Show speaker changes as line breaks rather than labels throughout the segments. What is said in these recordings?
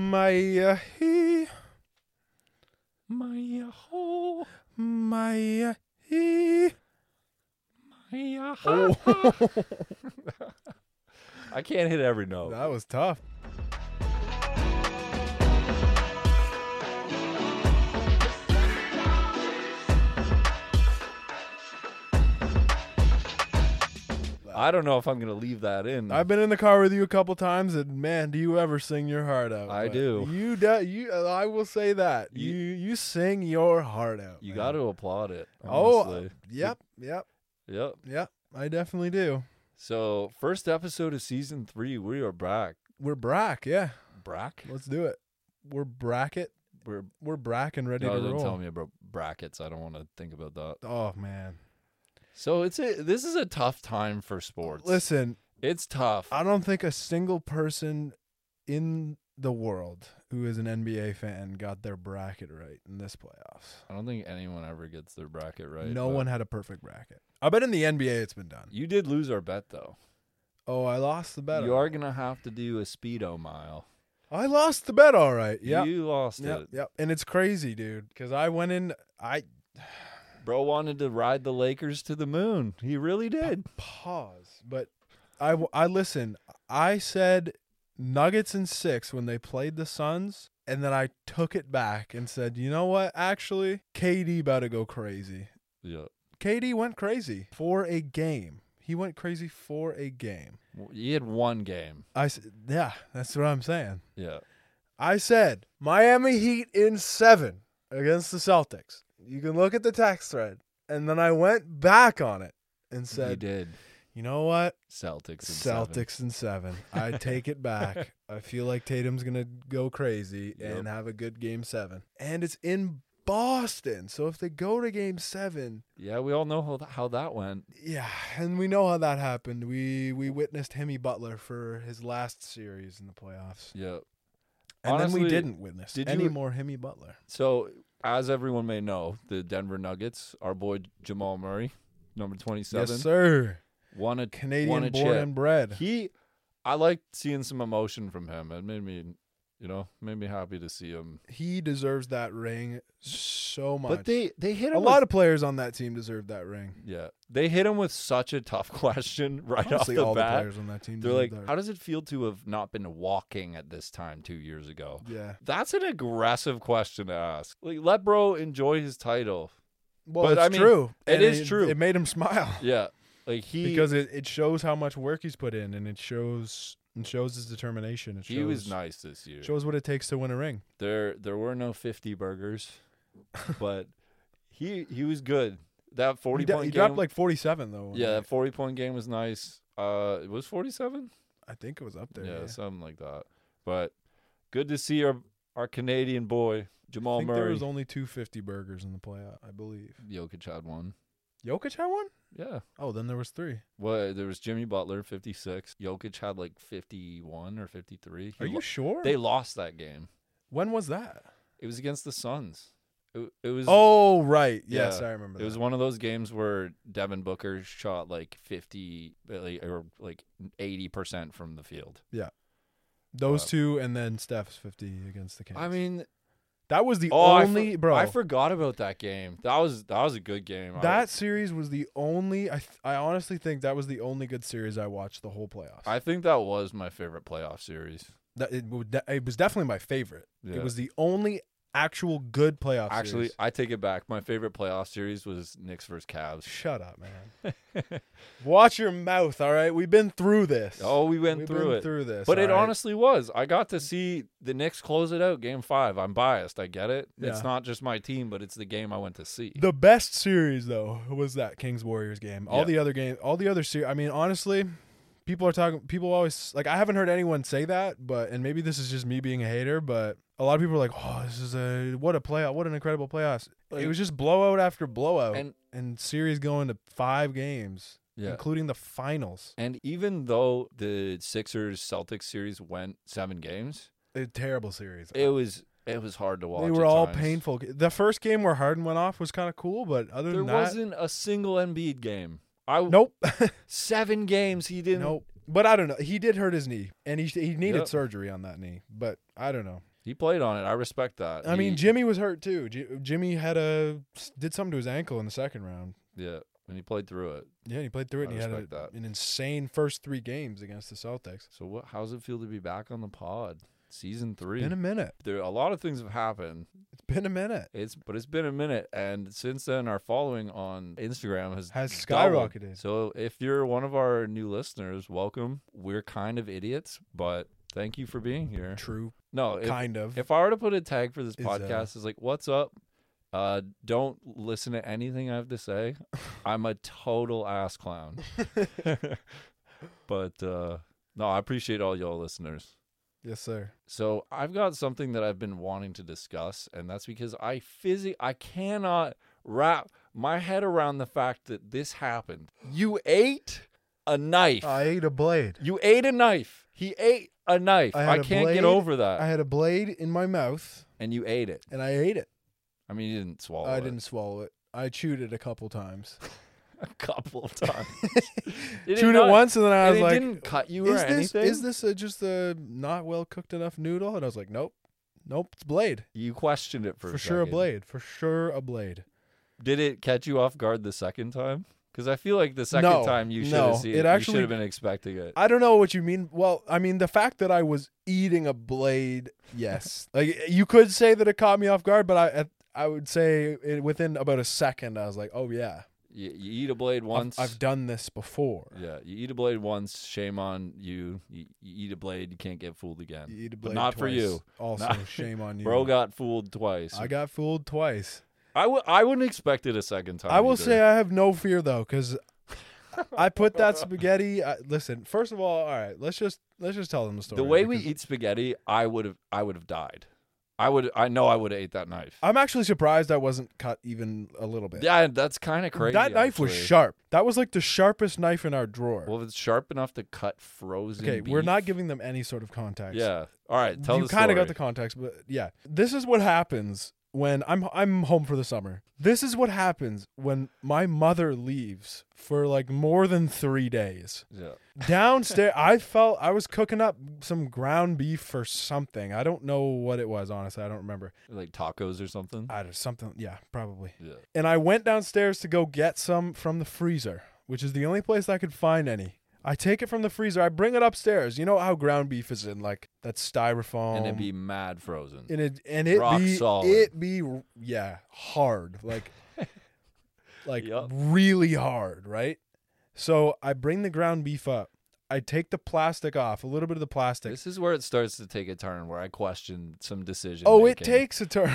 Maya he,
Maya ho,
Maya he.
Maya
Oh,
I can't hit every note.
that was tough.
I don't know if I'm gonna leave that in.
I've been in the car with you a couple times, and man, do you ever sing your heart out?
I
but
do.
You do. You. uh, I will say that you
You-
you sing your heart out.
you
man.
got to applaud it.
Oh, uh,
Honestly.
yep, yep,
Yep.
yep. I definitely do.
So first episode of season three, we are back.
We're brack. Yeah,
Brack.
let's do it. We're bracket.
We're
We're brack and ready
no,
to
don't
roll.
tell me about brackets. I don't want to think about that.
Oh man,
So it's a this is a tough time for sports.
listen.
it's tough.
I don't think a single person in the world who is an NBA fan got their bracket right in this playoffs.
I don't think anyone ever gets their bracket right.
no
but-
one had a perfect bracket. I bet in the NBA it's been done.
You did lose our bet though.
Oh, I lost the bet.
You
all
are
right.
gonna have to do a speedo mile.
I lost the bet. All right. Yep.
You lost
Yep.
it.
Yep. And it's crazy, dude. Because I went in. I
Bro wanted to ride the Lakers to the moon. He really did.
pause, but I w- I listen. I said Nuggets in six when they played the Suns, and then I took it back and said, you know what? Actually, KD about to go crazy.
Yeah.
KD went crazy for a game. He went crazy for a game.
He had one game.
I said, yeah, that's what I'm saying.
Yeah.
I said Miami Heat in seven against the Celtics. You can look at the text thread, and then I went back on it and
he
said,
did.
you know what?
Celtics. in seven.
Celtics in seven. I take it back. I feel like Tatum's gonna go crazy
Yep.
and have a good game seven. And it's in Boston, so if they go to game seven,
Yeah, we all know how, th- how that went.
yeah, and we know how that happened. We we witnessed Hemi Butler for his last series in the playoffs,
Yeah.
and then we
Honestly,
didn't witness
did
any
you-
more Hemi Butler.
So, as everyone may know, the Denver Nuggets, our boy Jamal Murray, number 27,
Yes, sir.
won a won
Canadian
a
born
chip.
and bred.
He, I liked seeing some emotion from him. It made me, you know, made me happy to see him.
He deserves that ring so much.
But they they hit him
a lot of players on that team deserve that ring.
yeah. They hit him with such a tough question right
Honestly,
off the
all the
bat.
players on that team.
They're
deserve
like,
that
"How does it feel to have not been walking at this time two years ago?"
Yeah.
That's an aggressive question to ask. Like, let bro enjoy his title.
Well,
But,
it's
I mean,
true.
it
And
is true.
It made him smile
Yeah, like he
because it, it shows how much work he's put in, and it shows it shows his determination. It shows,
he was nice this year.
shows what it takes to win a ring.
There there were no fifty burgers, but he he was good. That forty
he d-
point
he
game,
dropped like forty seven though.
yeah, that forty point game was nice. Uh, it was forty seven.
I think it was up there.
Yeah,
Yeah,
something like that. But good to see our our Canadian boy
I
Jamal
think there
Murray.
was only two fifty burgers in the playoff, I believe.
Jokic had one.
Jokic had one.
Yeah.
Oh, then there was three.
Well, there was Jimmy Butler, 56. Jokic had like 51 or 53. He
Are
lo-
you sure?
they lost that game.
when was that?
It was against the Suns. It, it was
Oh, right.
Yeah.
Yes, I remember.
it was
that.
one of those games where Devin Booker shot like 50 like, or like 80% from the field.
those
uh,
two, and then Steph's fifty against the Kings.
I mean,
that was the
oh, I for-
only bro.
I forgot about that game. That was that was a good game. I-
That series was the only. I th- I honestly think that was the only good series I watched the whole playoffs.
I think that was my favorite playoff series.
that, it, would- that- it was definitely my favorite.
Yeah.
It was the only actual good playoff.
Actually,
series.
I take it back. My favorite playoff series was Knicks versus Cavs.
shut up, man. Watch your mouth. All right, we've been through this.
Oh, we went
we've
through
been
it.
Through this,
But it
all right?
honestly was. I got to see the Knicks close it out game five. I'm biased. I get it.
Yeah.
It's not just my team, but it's the game I went to see.
The best series though was that Kings Warriors game. All
Yeah.
the other game, all the other series. I mean, honestly, people are talking. People always like I haven't heard anyone say that, but and maybe this is just me being a hater, but a lot of people are like, "Oh, this is a what a playoff, what an incredible playoffs." it
Like-
was just blowout after blowout, and,
And-
series going to five games,
yeah.
including the finals.
And even though the Sixers Celtics series went seven games,
A terrible series.
it was it was hard to watch.
they
at
were all
times.
painful. The first game where Harden went off was kind of cool, but other
There
than that,
wasn't a single Embiid game. I
nope.
seven games he didn't.
Nope. But I don't know. He did hurt his knee, and he he needed
Yep.
surgery on that knee. But I don't know.
He played on it. I respect that.
I mean,
He-
Jimmy was hurt too. J- Jimmy had a did something to his ankle in the second round.
yeah, and he played through it.
Yeah, he played through it.
I
and He had a,
respect that.
an insane first three games against the Celtics.
So what? How's it feel to be back on the pod? Season three.
Been a minute.
there a lot of things have happened.
It's been a minute.
It's but it's been a minute, and since then our following on Instagram has
Has
doubled.
skyrocketed.
So if you're one of our new listeners, welcome. We're kind of idiots, but thank you for being here.
True,
No, if,
kind of.
if I were to put a tag for this
Is, uh,
podcast, is like, what's up? Uh, don't listen to anything I have to say. I'm a total ass clown. but uh, no, I appreciate all y'all listeners.
yes, sir.
So I've got something that I've been wanting to discuss, and that's because I physi- I cannot wrap my head around the fact that this happened. You ate a knife.
I ate a blade.
you ate a knife. He ate a knife.
I
I,
had a
can't
blade.
get over that.
I had a blade in my mouth
and you ate it.
and I ate it.
I mean, you didn't swallow.
I
it.
didn't swallow it. I chewed it a couple times.
a couple of times. It
chewed it
not-
once and then I
and
was
it
like,
didn't cut you or
is this,
anything.
is this a, just a not well cooked enough noodle? And I was like, nope, nope, it's blade.
you questioned it for,
For,
a
sure a
second.
blade. For sure a blade.
Did it catch you off guard the second time? Because I feel like the second
No,
time you should
no,
have seen
it
it.
actually-
you should have been expecting it.
I don't know what you mean. Well, I mean the fact that I was eating a blade. Yes, like you could say that it caught me off guard, but I at- I would say it, within about a second I was like, oh yeah,
You, you eat a blade
I've-
once.
I've, done this before.
yeah, you eat a blade once. Shame on you. you. You eat a blade, you can't get fooled again.
You eat a
But
blade
not for
twice.
you.
Also,
Not-
shame on you,
Bro got fooled twice.
I
I,
got fooled twice.
w- I wouldn't expect it a second time.
I will
either.
say I have no fear though, because I put that spaghetti. I, listen, first of all, all right, let's just let's just tell them the story.
the way we
because
eat spaghetti, I would have. I would have died. I would. I know. I would have ate that knife.
I'm actually surprised I wasn't cut even a little bit.
Yeah, that's kind of crazy.
that knife was
actually.
sharp. That was like the sharpest knife in our drawer.
Well, if it's sharp enough to cut frozen.
okay, we're
beef-
not giving them any sort of context.
Yeah. All right. Tell
you
the
kind
story.
of got the context, but yeah, this is what happens when I'm I'm home for the summer. This is what happens when my mother leaves for like more than three days.
yeah.
Downstairs, I felt I was cooking up some ground beef or something. I don't know what it was. Honestly, I don't remember.
Like tacos or something.
I just something. Yeah, probably.
yeah.
And I went downstairs to go get some from the freezer, which is the only place I could find any. I take it from the freezer. I bring it upstairs. You know how ground beef is in like that styrofoam.
and it'd be mad frozen.
and it and it
rock
be
solid.
it be yeah hard like like
Yup.
really hard right. So I bring the ground beef up. I take the plastic off a little bit of the plastic.
this is where it starts to take a turn where I question some decision.
Oh, it
making.
takes a turn.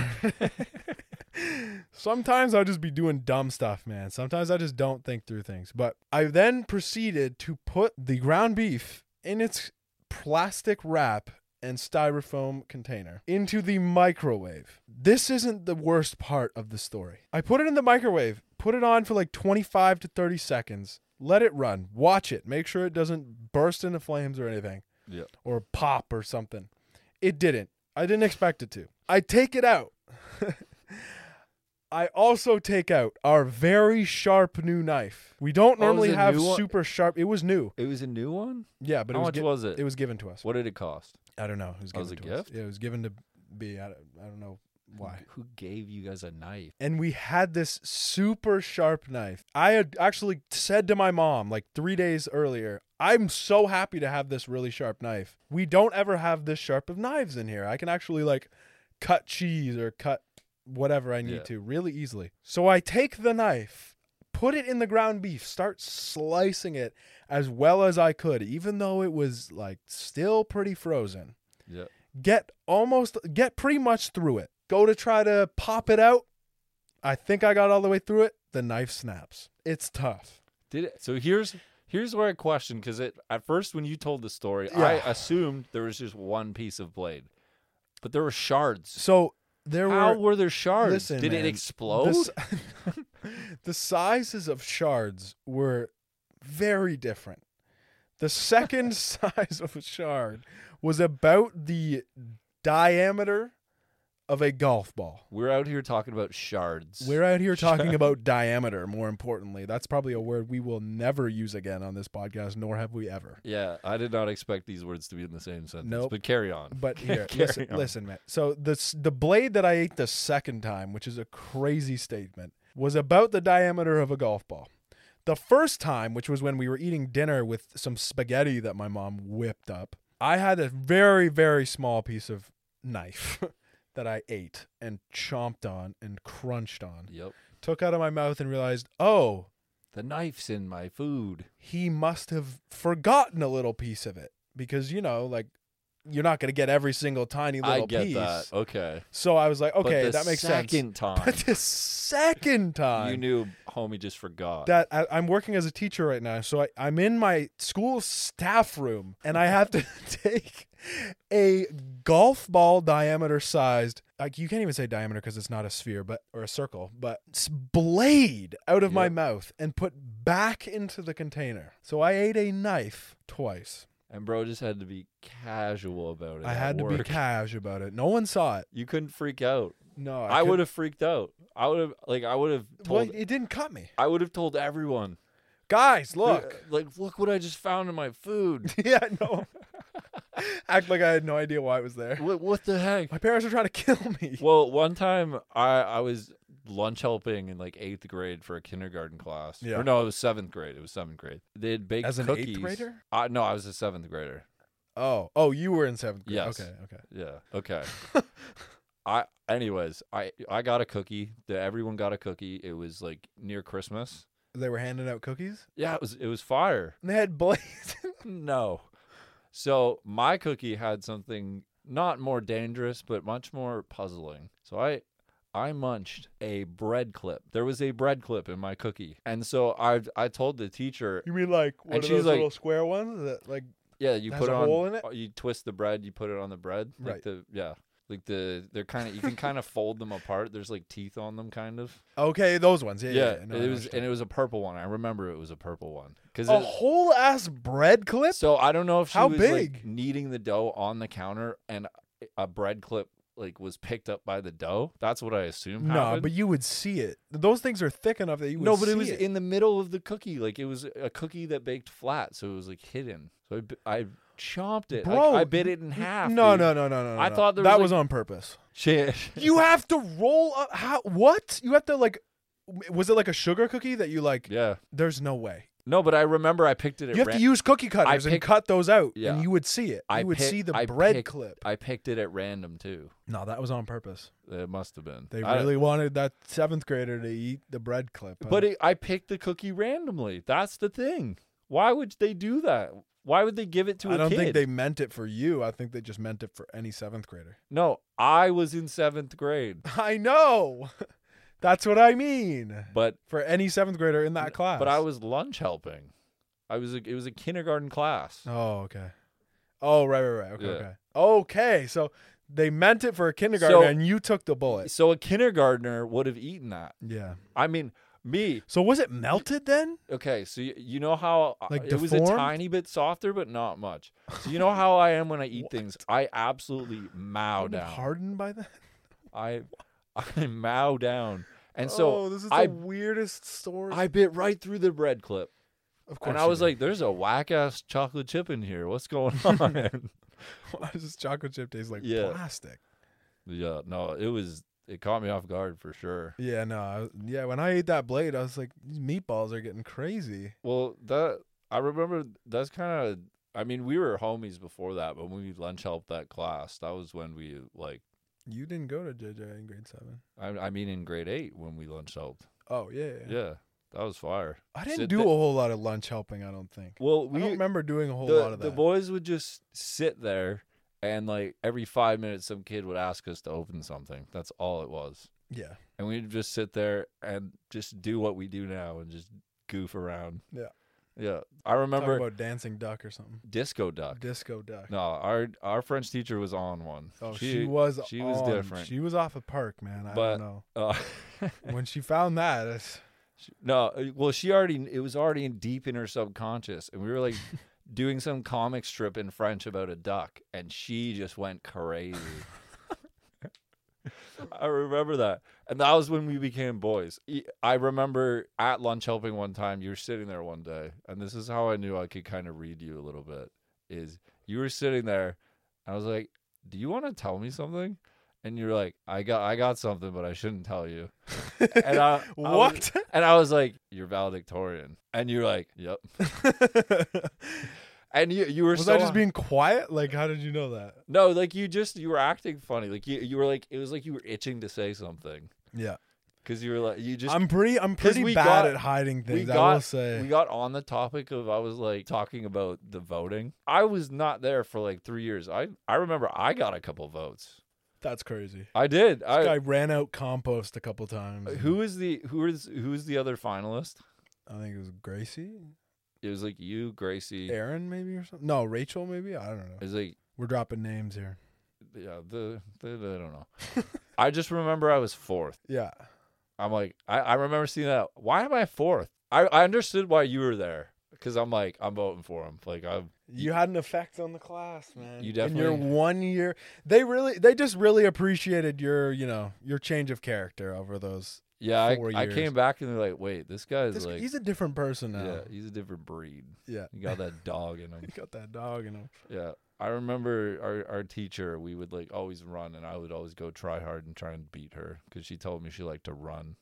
Sometimes I'll just be doing dumb stuff, man. Sometimes I just don't think through things. But I then proceeded to put the ground beef in its plastic wrap and styrofoam container into the microwave. This isn't the worst part of the story. I put it in the microwave, put it on for like 25 to 30 seconds, let it run, watch it, make sure it doesn't burst into flames or anything
Yeah.
or pop or something. It didn't. I didn't expect it to. I take it out. I also take out our very sharp new knife. We don't
Oh, it was
normally
a
have
new one?
super sharp. It was new.
It was a new one.
Yeah, but
How
it was
much
gi-
was it?
it was given to us.
What did it cost?
I don't know. It was
Oh,
given
it was
to
a
us. Yeah, It was given to B. I don't, I don't know why.
Who gave you guys a knife?
And we had this super sharp knife. I had actually said to my mom like three days earlier, I'm so happy to have this really sharp knife. We don't ever have this sharp of knives in here. I can actually like cut cheese or cut whatever I need
Yeah.
to really easily. So I take the knife, put it in the ground beef, start slicing it as well as I could, even though it was like still pretty frozen
Yeah.
get almost get pretty much through it go to try to pop it out i think i got all the way through it the knife snaps it's tough
Did it? So here's here's where I question because it at first when you told the story,
Yeah.
I assumed there was just one piece of blade, but there were shards.
so there
How
were
were there shards?
Listen,
Did
man,
it explode?
The, si- the sizes of shards were very different. The second size of a shard was about the diameter of a golf ball.
We're out here talking about shards.
We're out here talking about diameter, more importantly. That's probably a word we will never use again on this podcast, nor have we ever.
yeah, I did not expect these words to be in the same sentence.
Nope.
But carry on.
But here,
Carry
listen,
on.
listen, man. So the s- the blade that I ate the second time, which is a crazy statement, was about the diameter of a golf ball. The first time, which was when we were eating dinner with some spaghetti that my mom whipped up, I had a very very small piece of knife that I ate and chomped on and crunched on.
Yep.
Took out of my mouth and realized, "Oh,
The knife's in my food.
he must have forgotten a little piece of it because you know, like you're not going to get every single tiny little
I get
piece.
that. Okay.
So I was like,
But
okay,
the
that makes sense.
second time,
But the second time
you knew homie just forgot.
that I, I'm working as a teacher right now, so I, I'm in my school staff room and I have to take a golf ball diameter sized, like you can't even say diameter because it's not a sphere, but or a circle, but s- blade out of my
Yep.
mouth and put back into the container. So I ate a knife twice.
and bro just had to be casual about it.
I
at
had to be
work.
cash about it. No one saw it.
You couldn't freak out.
No,
I,
I,
would
couldn't-
have freaked out. I would have like I would have
Well,
told
it didn't cut me,
I would have told everyone.
guys. Look.
Like look what I just found in my food.
yeah, no. Act like I had no idea why it was there.
what, what the heck?
My parents are trying to kill me.
Well, one time I I was lunch helping in like 8th grade for a kindergarten class.
Yeah.
Or no, it was 7th grade. It was 7th grade. They had baked
As an
cookies.
eighth grader?
Uh, no, I was a 7th grader.
Oh, oh, you were in seventh grade.
Yes.
Okay, okay.
Yeah. Okay. I anyways, I I got a cookie. The, everyone got a cookie. It was like near Christmas.
They were handing out cookies.
Yeah, it was it was fire.
And they had blades.
No. So my cookie had something not more dangerous, but much more puzzling. So I I munched a bread clip. There was a bread clip in my cookie. And so I I told the teacher,
you mean like one
And
of
she's
those
like-
little square ones that like
yeah, you
Has
put
a
on uh,
hole in it?
you twist the bread, you put it on the bread. Like
Right.
the yeah. Like the they're kind of you can kind of fold them apart. There's like teeth on them kind of.
okay those ones. Yeah, yeah. yeah. No, I
it
know
was
what you're
and it was a purple one. I remember it was a purple one. Cuz
talking- a whole ass bread clip.
So I don't know if she
Oh, How
was
big?
like kneading the dough on the counter and a bread clip like was picked up by the dough. That's what I assume
No,
happened.
but you would see it. Those things are thick enough that you would.
no, but
see
it was in the middle of the cookie. Like it was a cookie that baked flat, so it was like hidden. So I, b- I chomped it. Like,
Bro,
I bit it in half.
No,
dude.
no, no, no, no. no,
I
no.
thought there was,
that
like-
was on purpose.
Shit.
You have to roll up. How? What? You have to like. w- Was it like a sugar cookie that you like?
yeah.
There's no way.
No, but I remember I picked it. At
You have
ran-
to use cookie cutters and
pick-
cut those out,
Yeah.
and you would see it.
I
you would
pick-
see the
I
bread
picked-
clip.
I picked it at random too.
No, that was on purpose.
It must have been.
They
I-
really wanted that seventh grader to eat the bread clip.
But it, I picked the cookie randomly. That's the thing. Why would they do that? Why would they give it to a
I don't
kid?
think they meant it for you. I think they just meant it for any seventh grader.
No, I was in seventh grade,
I know. That's what I mean.
but
For any seventh grader in that class.
but I was lunch helping. I was a, it was a kindergarten class.
Oh, okay. Oh, right, right, right. Okay,
Yeah.
okay. Okay, so they meant it for a kindergartner,
So-
and you took the bullet.
So a kindergartner would have eaten that.
Yeah.
I mean, me.
So was it melted then?
Okay, so you, you know how uh,
Like
it was a
deformed?
tiny bit softer, but not much. So you know how I am when I eat things. I absolutely mow
Wouldn't it
down.
Hardened by then?
I I mow down, and so
oh, this is
I
the weirdest story.
I bit right through the bread clip.
of course,
And I was like, there's a whack ass chocolate chip in here. What's going on?
"Why does this chocolate chip taste like
Yeah.
plastic?"
yeah, no, it was, it caught me off guard for sure.
Yeah, no, I, yeah. When I ate that blade, I was like, "These meatballs are getting crazy."
Well, that, I remember that's kind of, I mean, we were homies before that, but when we lunch helped that class, that was when we, like,
You didn't go to JJ in grade seven.
I, I mean, in grade eight when we lunch helped.
Oh yeah, yeah.
Yeah, that was fire.
I didn't
Sit
do
the-
a whole lot of lunch helping. I don't think.
Well,
I don't
we,
remember doing a whole
the,
lot of
the
that.
boys would just sit there and, like, every five minutes, some kid would ask us to open something. That's all it was.
yeah,
and we'd just sit there and just do what we do now and just goof around.
Yeah.
yeah. I
talk
remember
about dancing duck or something.
Disco Duck.
Disco duck.
No, our our French teacher was on one.
Oh, she, was.
she was
on-
different.
She was off a park, man. I
But-
don't know.
uh,
When she found that, it's,
she- no, uh, well, she already it was already in deep in her subconscious, and we were like. Doing some comic strip in French about a duck, and she just went crazy. I remember that. And that was when we became boys. E- I remember at lunch helping one time, you were sitting there one day, and this is how I knew I could kind of read you a little bit is you were sitting there, and I was like, "Do you want to tell me something?" And you're like, "I got I got something, but I shouldn't tell you." And I, I was-
what?
and I was like, "You're valedictorian." And you're like, "Yep." And you you were
was
so
I just being quiet? Like, how did you know that?
No, like you just you were acting funny. Like you you were like it was like you were itching to say something
Yeah,
cuz you were like you just
I'm pretty. I'm
'cause
pretty
we
bad
got-
at hiding
we
things. I will
got
say.
we got on the topic of I was like talking about the voting. I was not there for like 3 years. I I remember I got a couple votes.
That's crazy.
I did.
This
I
guy ran out compost a couple times.
who is the who is who's the other finalist?
I think it was Gracie,
It was like you, Gracie. It
Aaron, maybe or something. No, Rachel, maybe. I don't know.
was like
We're dropping names here.
yeah, the, the I don't know. I just remember I was fourth.
Yeah,
I'm like, I, I remember seeing that. Why am I fourth? I, I understood why you were there because I'm like, I'm voting for him. Like, I'm
you had an effect on the class, man.
You
In your
definitely-
one year, they really, they just really appreciated your, you know, your change of character over those.
yeah, I,
Four
I
years.
came back and they're like, wait, this guy's
This-
like,
he's a different person now.
yeah, he's a different breed.
Yeah.
He got that dog in him.
He got that dog in him.
Yeah. I remember our, our teacher, we would like always run and I would always go try hard and try and beat her because she told me she liked to run.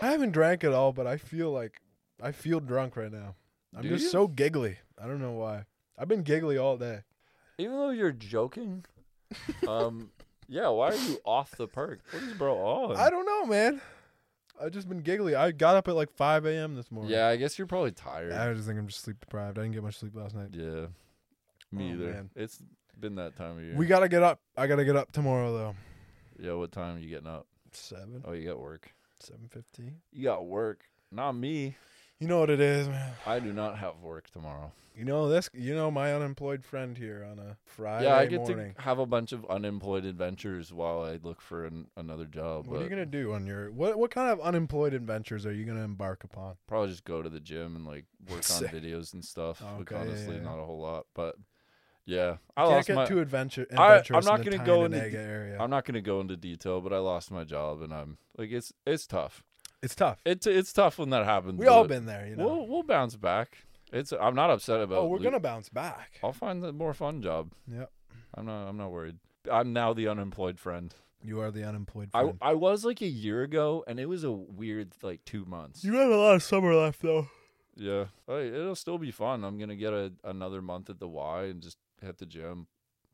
I haven't drank at all, but I feel like I feel drunk right now. I'm
Do
just
you?
so giggly. I don't know why. I've been giggly all day.
Even though you're joking, um, yeah, why are you off the perk? What is bro on?
I don't know, man. I've just been giggly. I got up at like 5 a.m. this morning.
yeah, I guess you're probably tired.
I just think I'm just sleep deprived. I didn't get much sleep last night.
Yeah. Me
Oh,
either.
man.
It's been that time of year.
We gotta get up. I gotta get up tomorrow though.
yeah, what time are you getting up?
Seven,
Oh, you got work.
seven fifteen.
You got work. Not me.
You know what it is, man.
I do not have work tomorrow.
You know this. You know my unemployed friend here on a Friday
yeah, I get
morning.
to have a bunch of unemployed adventures while I look for an, another job.
What
but
are you gonna do on your what? What kind of unemployed adventures are you gonna embark upon?
probably just go to the gym and like work on
Sick.
videos and stuff. like,
Okay, yeah,
honestly,
yeah.
not a whole lot. But yeah, I
Can't
lost
get
Oh, my.
too adventure.
I- I'm
Adventurous I, am
not
not going
gonna
to
go
go
into
into
de-
area.
I'm not gonna go into detail, but I lost my job, and I'm like, it's it's tough.
it's tough.
It's it's tough when that happens.
We all
but-
been there, you know.
We'll we'll bounce back. It's I'm not upset about.
oh, we're
lo-
gonna bounce back.
I'll find a more fun job.
Yep.
I'm not. I'm not worried. I'm now the unemployed friend.
You are the unemployed.
I
friend.
I was like a year ago, and it was a weird like two months.
you had a lot of summer left though.
yeah, Hey, it'll still be fun. I'm gonna get a another month at the Y and just hit the gym,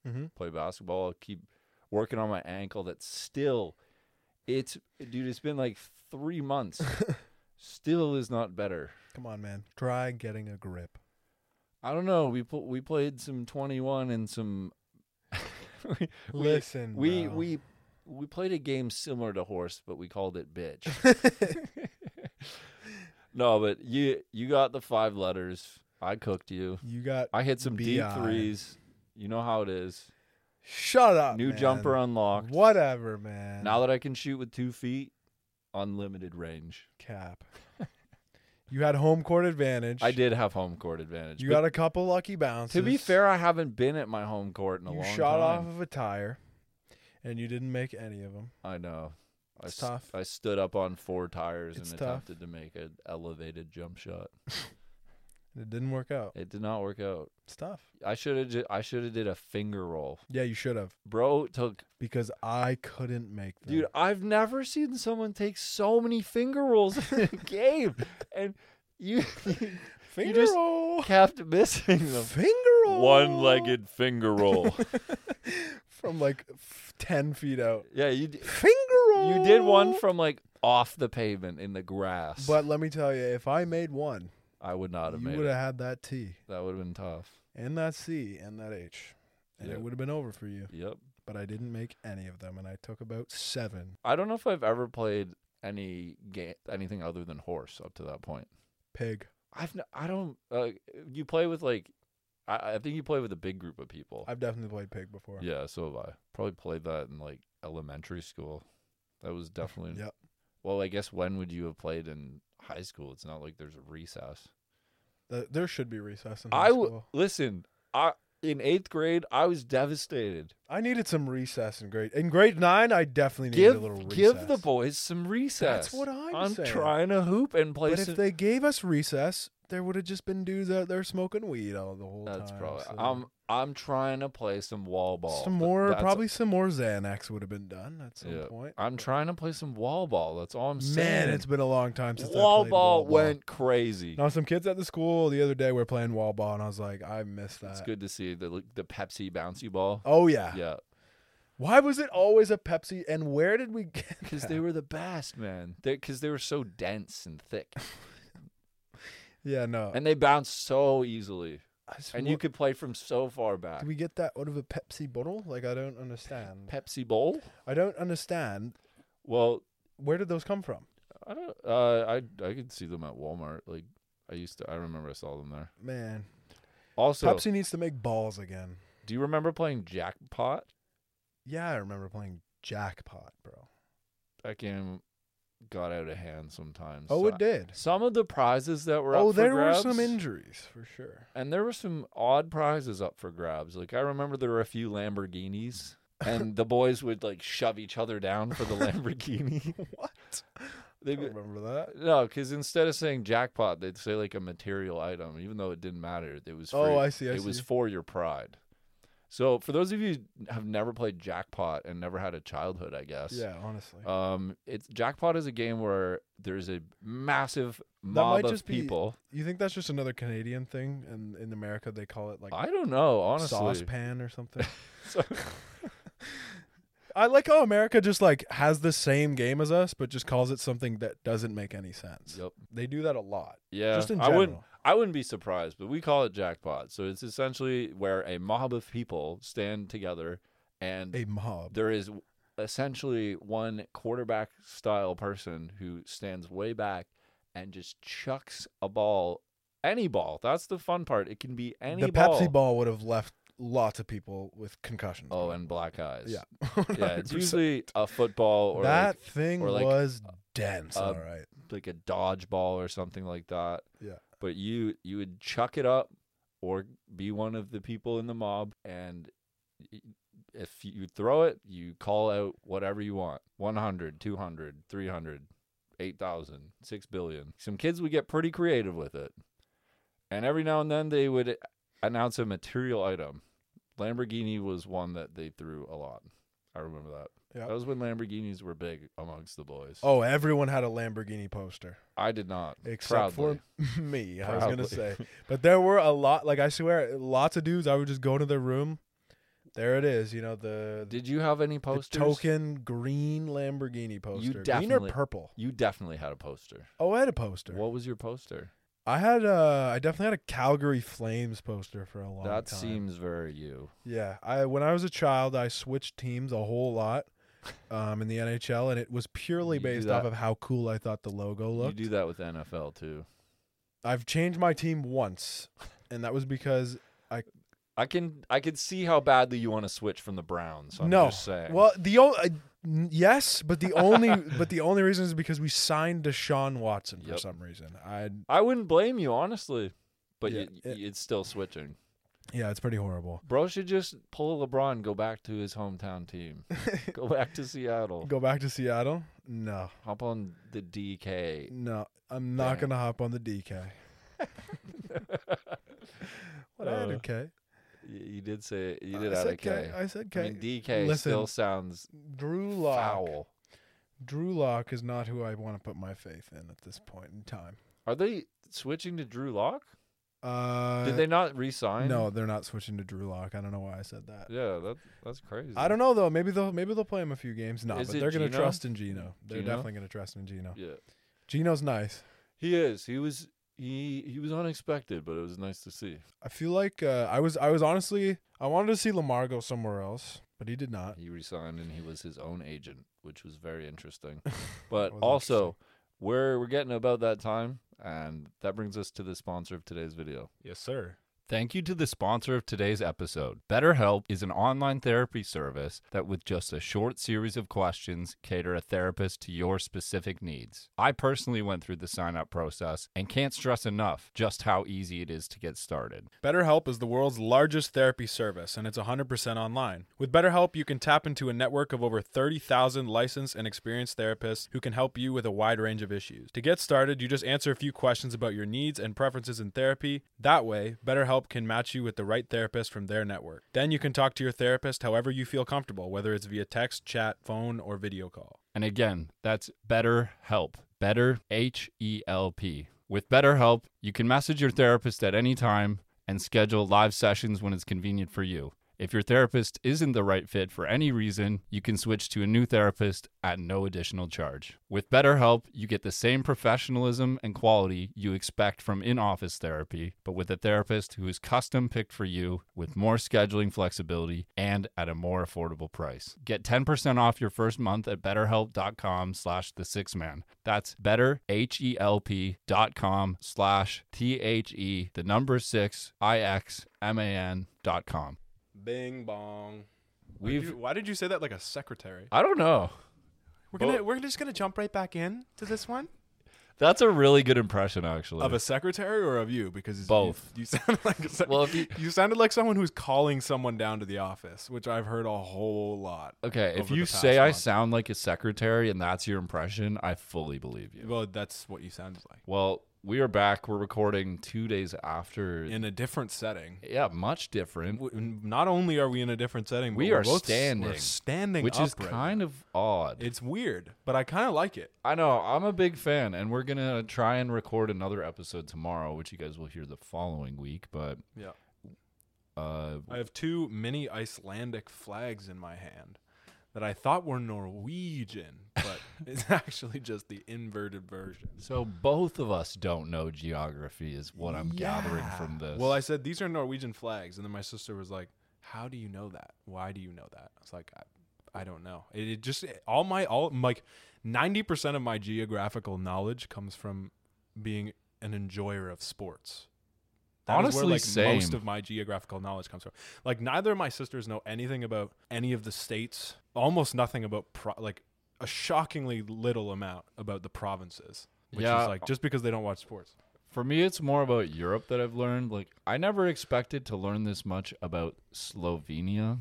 Mm-hmm.
play basketball. I'll keep working on my ankle. That's still, it's dude. It's been like three months. still is not better.
Come on, man. Try getting a grip.
I don't know. We pl- we played some 21 and some. we- we-
Listen,
We
bro.
we we played a game similar to horse, but we called it bitch. no, but you you got the five letters. I cooked you.
you got.
I hit some deep
B.I..
threes. You know how it is.
Shut up.
New
man.
jumper unlocked.
Whatever, man.
Now that I can shoot with two feet, unlimited range.
cap. you had home court advantage.
I did have home court advantage.
You
but
got a couple lucky bounces.
to be fair, I haven't been at my home court in a
you
long
shot off
time.
of a tire, and you didn't make any of them.
I know. I
It's
s-
tough.
I stood up on four tires
It's
and
tough.
attempted to make an elevated jump shot.
It didn't work out.
It did not work out.
It's tough.
I should have. Ju- I should have did a finger roll.
Yeah, you should have.
Bro took.
because I couldn't make them.
Dude, I've never seen someone take so many finger rolls in a game, and you, you
finger
just-
roll,
kept missing them.
finger roll,
One-legged finger roll.
from like f- ten feet out.
yeah, you d-
Finger roll.
you did one from like off the pavement in the grass.
But let me tell you, if I made one,
I would not have
you
made
would
it.
have had that T
That would have been tough.
and that C and that H, and
Yeah.
it would have been over for you.
Yep.
But I didn't make any of them, and I took about seven.
I don't know if I've ever played any game, anything other than horse up to that point.
Pig.
I've n- I don't. Uh, you play with like, I, I think you play with a big group of people.
I've definitely played pig before.
yeah, so have I. Probably played that in like elementary school. That was definitely.
Yep.
Well, I guess when would you have played in high school? It's not like there's a recess.
Th- There should be recess in high
I w-
school.
listen. I in eighth grade, I was devastated.
I needed some recess in grade in grade nine. I definitely needed a little
Give
recess.
give the boys some recess.
what I'm
I'm
saying.
trying to hoop and play.
But if
some-
they gave us recess, there would have just been dudes out there smoking weed all the whole
that's
time.
probably.
so-
I'm I'm trying to play some wall ball.
some
but
more,
that's-
probably some more Xanax would have been done at some
Yeah.
point.
I'm trying to play some wall ball. That's all I'm saying.
Man, it's been a long time since I
wall
played
ball
wall
went crazy.
Now some kids at the school the other day were playing wall ball, and I was like, I missed that.
It's good to see the the Pepsi bouncy ball.
Oh yeah.
Yeah,
Why was it always a Pepsi? And where did we get?
because
that?
they were the best, man. Because they were so dense and thick,
Yeah, no.
and they bounced so easily,
I just
and you
wa-
could play from so far back.
Did we get that out of a Pepsi bottle? Like I don't understand.
Pepsi Bowl?
I don't understand.
Well,
Where did those come from?
I don't. Uh, I I could see them at Walmart. Like I used to. I remember I saw them there.
Man,
Also,
Pepsi needs to make balls again.
do you remember playing Jackpot?
Yeah, I remember playing jackpot, bro.
That game got out of hand sometimes.
Oh,
So
it did.
Some of the prizes that were up
Oh,
for
there were
grabs-
some injuries for sure.
and there were some odd prizes up for grabs. Like I remember there were a few Lamborghinis, and the boys would like shove each other down for the Lamborghini.
what? I
They'd be,
don't remember that.
no, because instead of saying jackpot, they'd say like a material item, even though it didn't matter. It was
Oh,
free.
I see. I
it
see.
was for your pride. So for those of you who have never played jackpot and never had a childhood, I guess.
yeah, honestly.
Um, it's jackpot is a game where there's a massive
might
mob of
just be-
people.
You think that's just another Canadian thing, and in America they call it like
I don't know, honestly.
saucepan or something?
So-
I like how America just like has the same game as us, but just calls it something that doesn't make any sense.
Yep.
They do that a lot.
Yeah,
just in
I
general.
wouldn't. I wouldn't be surprised, but we call it jackpot. So it's essentially where a mob of people stand together, and
a mob.
there is essentially one quarterback style person who stands way back and just chucks a ball, any ball. That's the fun part. It can be any
the
ball.
Pepsi ball would have left lots of people with concussions.
Oh, and black eyes.
yeah,
yeah. It's
100%.
usually a football or
that thing
or like,
was dense.
uh,
all right,
like, like a dodgeball or something like that.
Yeah.
But you you would chuck it up or be one of the people in the mob and y- if you throw it, you call out whatever you want. 100, 200, 300, 8,000, 6 billion. Some kids would get pretty creative with it. And every now and then they would announce a material item. Lamborghini was one that they threw a lot. I remember that.
Yeah.
That was when Lamborghinis were big amongst the boys.
Oh, everyone had a Lamborghini poster
I did not.
except
proudly.
for me. I was gonna
Proudly.
say, but there were a lot. Like I swear, lots of dudes. I would just go into their room. There it is. You know the
Did you have any
the
posters?
token green Lamborghini poster. green
definitely-
or purple?
You definitely had a poster.
Oh, I had a poster.
What was your poster?
I had uh, I definitely had a Calgary Flames poster for a long
that
time.
seems very you.
Yeah, I when I was a child, I switched teams a whole lot um, in the NHL, and it was purely
You do
based off
that-
of how cool I thought the logo looked.
You do that with NFL too.
I've changed my team once, and that was because
I can I can see how badly you want to switch from the Browns. I'm
no,
just saying.
well the o- uh, n- yes, but the only but the only reason is because we signed Deshaun Watson for
Yep.
some reason. I
I wouldn't blame you honestly, but
Yeah,
you,
it-
it's still switching.
yeah, it's pretty horrible.
Bro should just pull LeBron, go back to his hometown team, go back to Seattle,
Go back to Seattle? No,
hop on the DK.
no, I'm not
Dang.
gonna hop on the DK. What I had
Uh,
a K.
You you did say you did
Uh, I
add
said
a K.
I said
I
K.
mean DK still
Listen,
sounds
Drew Lock.
foul.
Drew Lock is not who I want to put my faith in at this point in time.
Are they switching to Drew Lock?
Uh,
Did they not re-sign?
No, they're not switching to Drew Lock. I don't know why I said that.
Yeah, that that's crazy.
I don't know though. Maybe they'll maybe they'll play him a few games. No,
Is
but
it
they're gonna
Geno?
trust in Gino. They're
Geno?
definitely gonna trust in Gino.
Yeah,
Gino's nice.
he is. He was. He he was unexpected, but it was nice to see.
I feel like uh, I was I was honestly I wanted to see Lamar go somewhere else, but he did not.
He resigned and he was his own agent, which was very interesting. But
was
also, we're we're getting about that time, and that brings us to the sponsor of today's video.
Yes, sir.
Thank you to the sponsor of today's episode. BetterHelp is an online therapy service that, with just a short series of questions, cater a therapist to your specific needs. I personally went through the sign up process and can't stress enough just how easy it is to get started.
BetterHelp is the world's largest therapy service, and it's 100% online. With BetterHelp, you can tap into a network of over 30,000 licensed and experienced therapists who can help you with a wide range of issues. To get started, you just answer a few questions about your needs and preferences in therapy. That way, BetterHelp can match you with the right therapist from their network. Then you can talk to your therapist however you feel comfortable, whether it's via text, chat, phone, or video call.
And again, that's BetterHelp. Better H E L P. With BetterHelp, you can message your therapist at any time and schedule live sessions when it's convenient for you. If your therapist isn't the right fit for any reason, you can switch to a new therapist at no additional charge. With BetterHelp, you get the same professionalism and quality you expect from in office therapy, but with a therapist who is custom picked for you with more scheduling flexibility and at a more affordable price. Get 10% off your first month at betterhelp.com slash the six man. That's betterhelp.com slash T H E, the number six, I X M A N dot com.
Bing bong.
We've-
why did you say that like a secretary?
I don't know.
We're
Bo-
we're just gonna jump right back in to this one.
That's a really good impression, actually.
Of a secretary or of you? Because you-
Both.
You, sound like a sec-
Well, if you-
sounded like someone who's calling someone down to the office, which I've heard a whole lot.
okay, if
over
you
the past
say I
month.
sound like a secretary and that's your impression, I fully believe you.
Well, that's what you sounded like
Well, we are back. We're recording two days after.
in a different setting.
yeah, much different,
W- Not only are we in a different setting, but
We
we're
are
both s-
standing,
We're standing,
which is
upright.
kind of odd.
It's weird, but I kind of like it.
I know. I'm a big fan, and we're gonna try and record another episode tomorrow, which you guys will hear the following week. But
Yeah.
uh,
I have two mini Icelandic flags in my hand that I thought were Norwegian, but it's actually just the inverted version.
so both of us don't know geography, is what I'm gathering from this.
Well, I said these are Norwegian flags, and then my sister was like, "How do you know that? Why do you know that?" I was like, "I, I don't know." It, it just all my all like ninety percent of my geographical knowledge comes from being an enjoyer of sports. That is
Honestly,
where like most
same.
of my geographical knowledge comes from. Like neither of my sisters know anything about any of the states. Almost nothing about pro- like a shockingly little amount about the provinces. Which
Yeah.
is like just because they don't watch sports.
For me, it's more about Europe that I've learned. Like, I never expected to learn this much about Slovenia,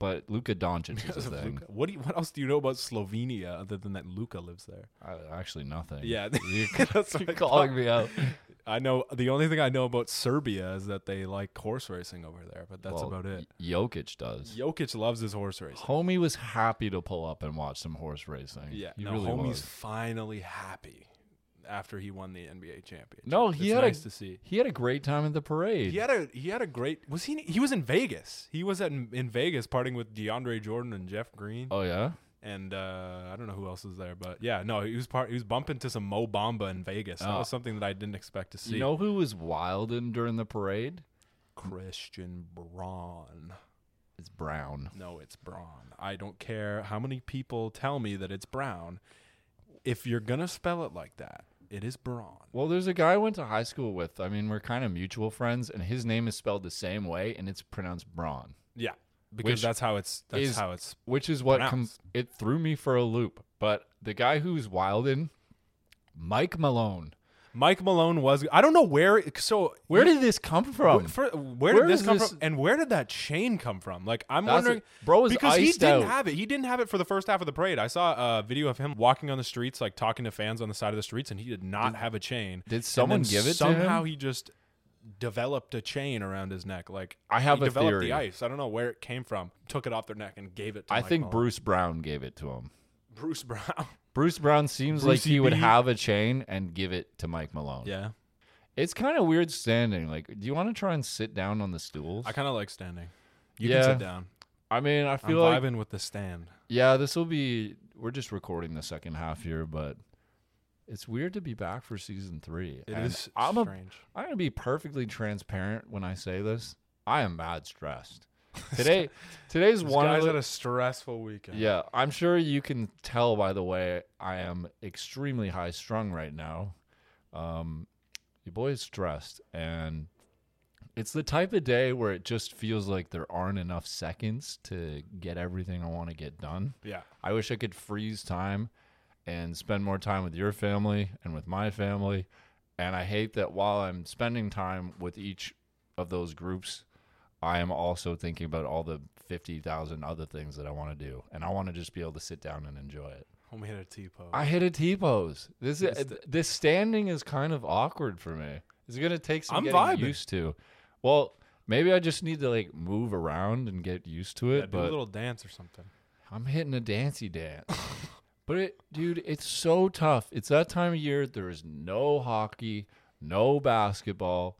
but Luka Doncic is a thing.
Luka. What do you, what else do you know about Slovenia other than that Luca lives there?
I, actually, nothing.
Yeah,
You're,
that's what
you're
I
calling
thought.
me out.
I know the only thing I know about Serbia is that they like horse racing over there, but that's
Well,
about it.
Jokic does.
Jokic loves his horse racing.
Homie was happy to pull up and watch some horse racing.
Yeah,
he
no,
really
homie's
was.
finally happy after he won the NBA championship.
No, he
it's
had
nice
a
to see.
he had a great time at the parade.
He had a he had a great was he he was in Vegas. He was at in Vegas partying with DeAndre Jordan and Jeff Green.
oh yeah,
and uh, I don't know who else is there, but yeah, no, he was part. He was bumping to some Mo Bamba in Vegas. That
Oh.
was something that I didn't expect to see.
you know who was wilding during the parade?
Christian Braun.
It's Brown.
No, it's Braun. I don't care how many people tell me that it's Brown. If you're gonna spell it like that, it is Braun.
Well, there's a guy I went to high school with. I mean, we're kind of mutual friends, and his name is spelled the same way, and it's pronounced Braun.
Yeah, because
Which
that's how it's. That's
is-
how it's.
which is what com-
Pronounced.
it threw me for a loop. But the guy who's wildin, Mike Malone.
Mike Malone was. I don't know where. it- So
Where did this come from?
Wh- for- where,
where
did this
does
come
this-
from? And where did that chain come from? Like, I'm
That's
wondering.
it. Bro was
because he
iced
didn't
out.
have it. He didn't have it for the first half of the parade. I saw a video of him walking on the streets, like talking to fans on the side of the streets, and he did not have a chain.
did
And
someone
then
give it to him?
Somehow he just developed a chain around his neck. Like
I have
he
a
developed
theory.
the ice. I don't know where it came from. Took it off their neck and gave it. to
I
Mike
think
Malone.
Bruce Brown gave it to him.
Bruce Brown.
Bruce Brown seems like
Brucey
he would
B.
have a chain and give it to Mike Malone.
yeah,
It's kind of weird standing. Like, do you want to try and sit down on the stools?
I kind of like standing. You
Yeah.
can sit down.
I mean, I
I'm
feel like
vibing with the stand.
yeah, this will be. We're just recording the second half here, but it's weird to be back for season three.
It
and
is
I'm a
strange.
I'm gonna be perfectly transparent when I say this. I am mad stressed. Today, today's
This
one. Of
guy's
the-
had a stressful weekend.
yeah, I'm sure you can tell by the way I am extremely high strung right now. Um, your boy is stressed, and It's the type of day where it just feels like there aren't enough seconds to get everything I want to get done.
Yeah.
I wish I could freeze time and spend more time with your family and with my family. And I hate that while I'm spending time with each of those groups, I am also thinking about all the 50,000 other things that I want to do. And I want to just be able to sit down and enjoy it.
Homie hit a T pose.
I hit a T pose. This is,
It's the-
this standing is kind of awkward for me. It's gonna take some
I'm
getting
vibing.
used to. Well, maybe I just need to like move around and get used to it.
yeah, do
but
a little dance or something.
I'm hitting a dancey dance. but it, dude, it's so tough. It's that time of year. There is no hockey, no basketball.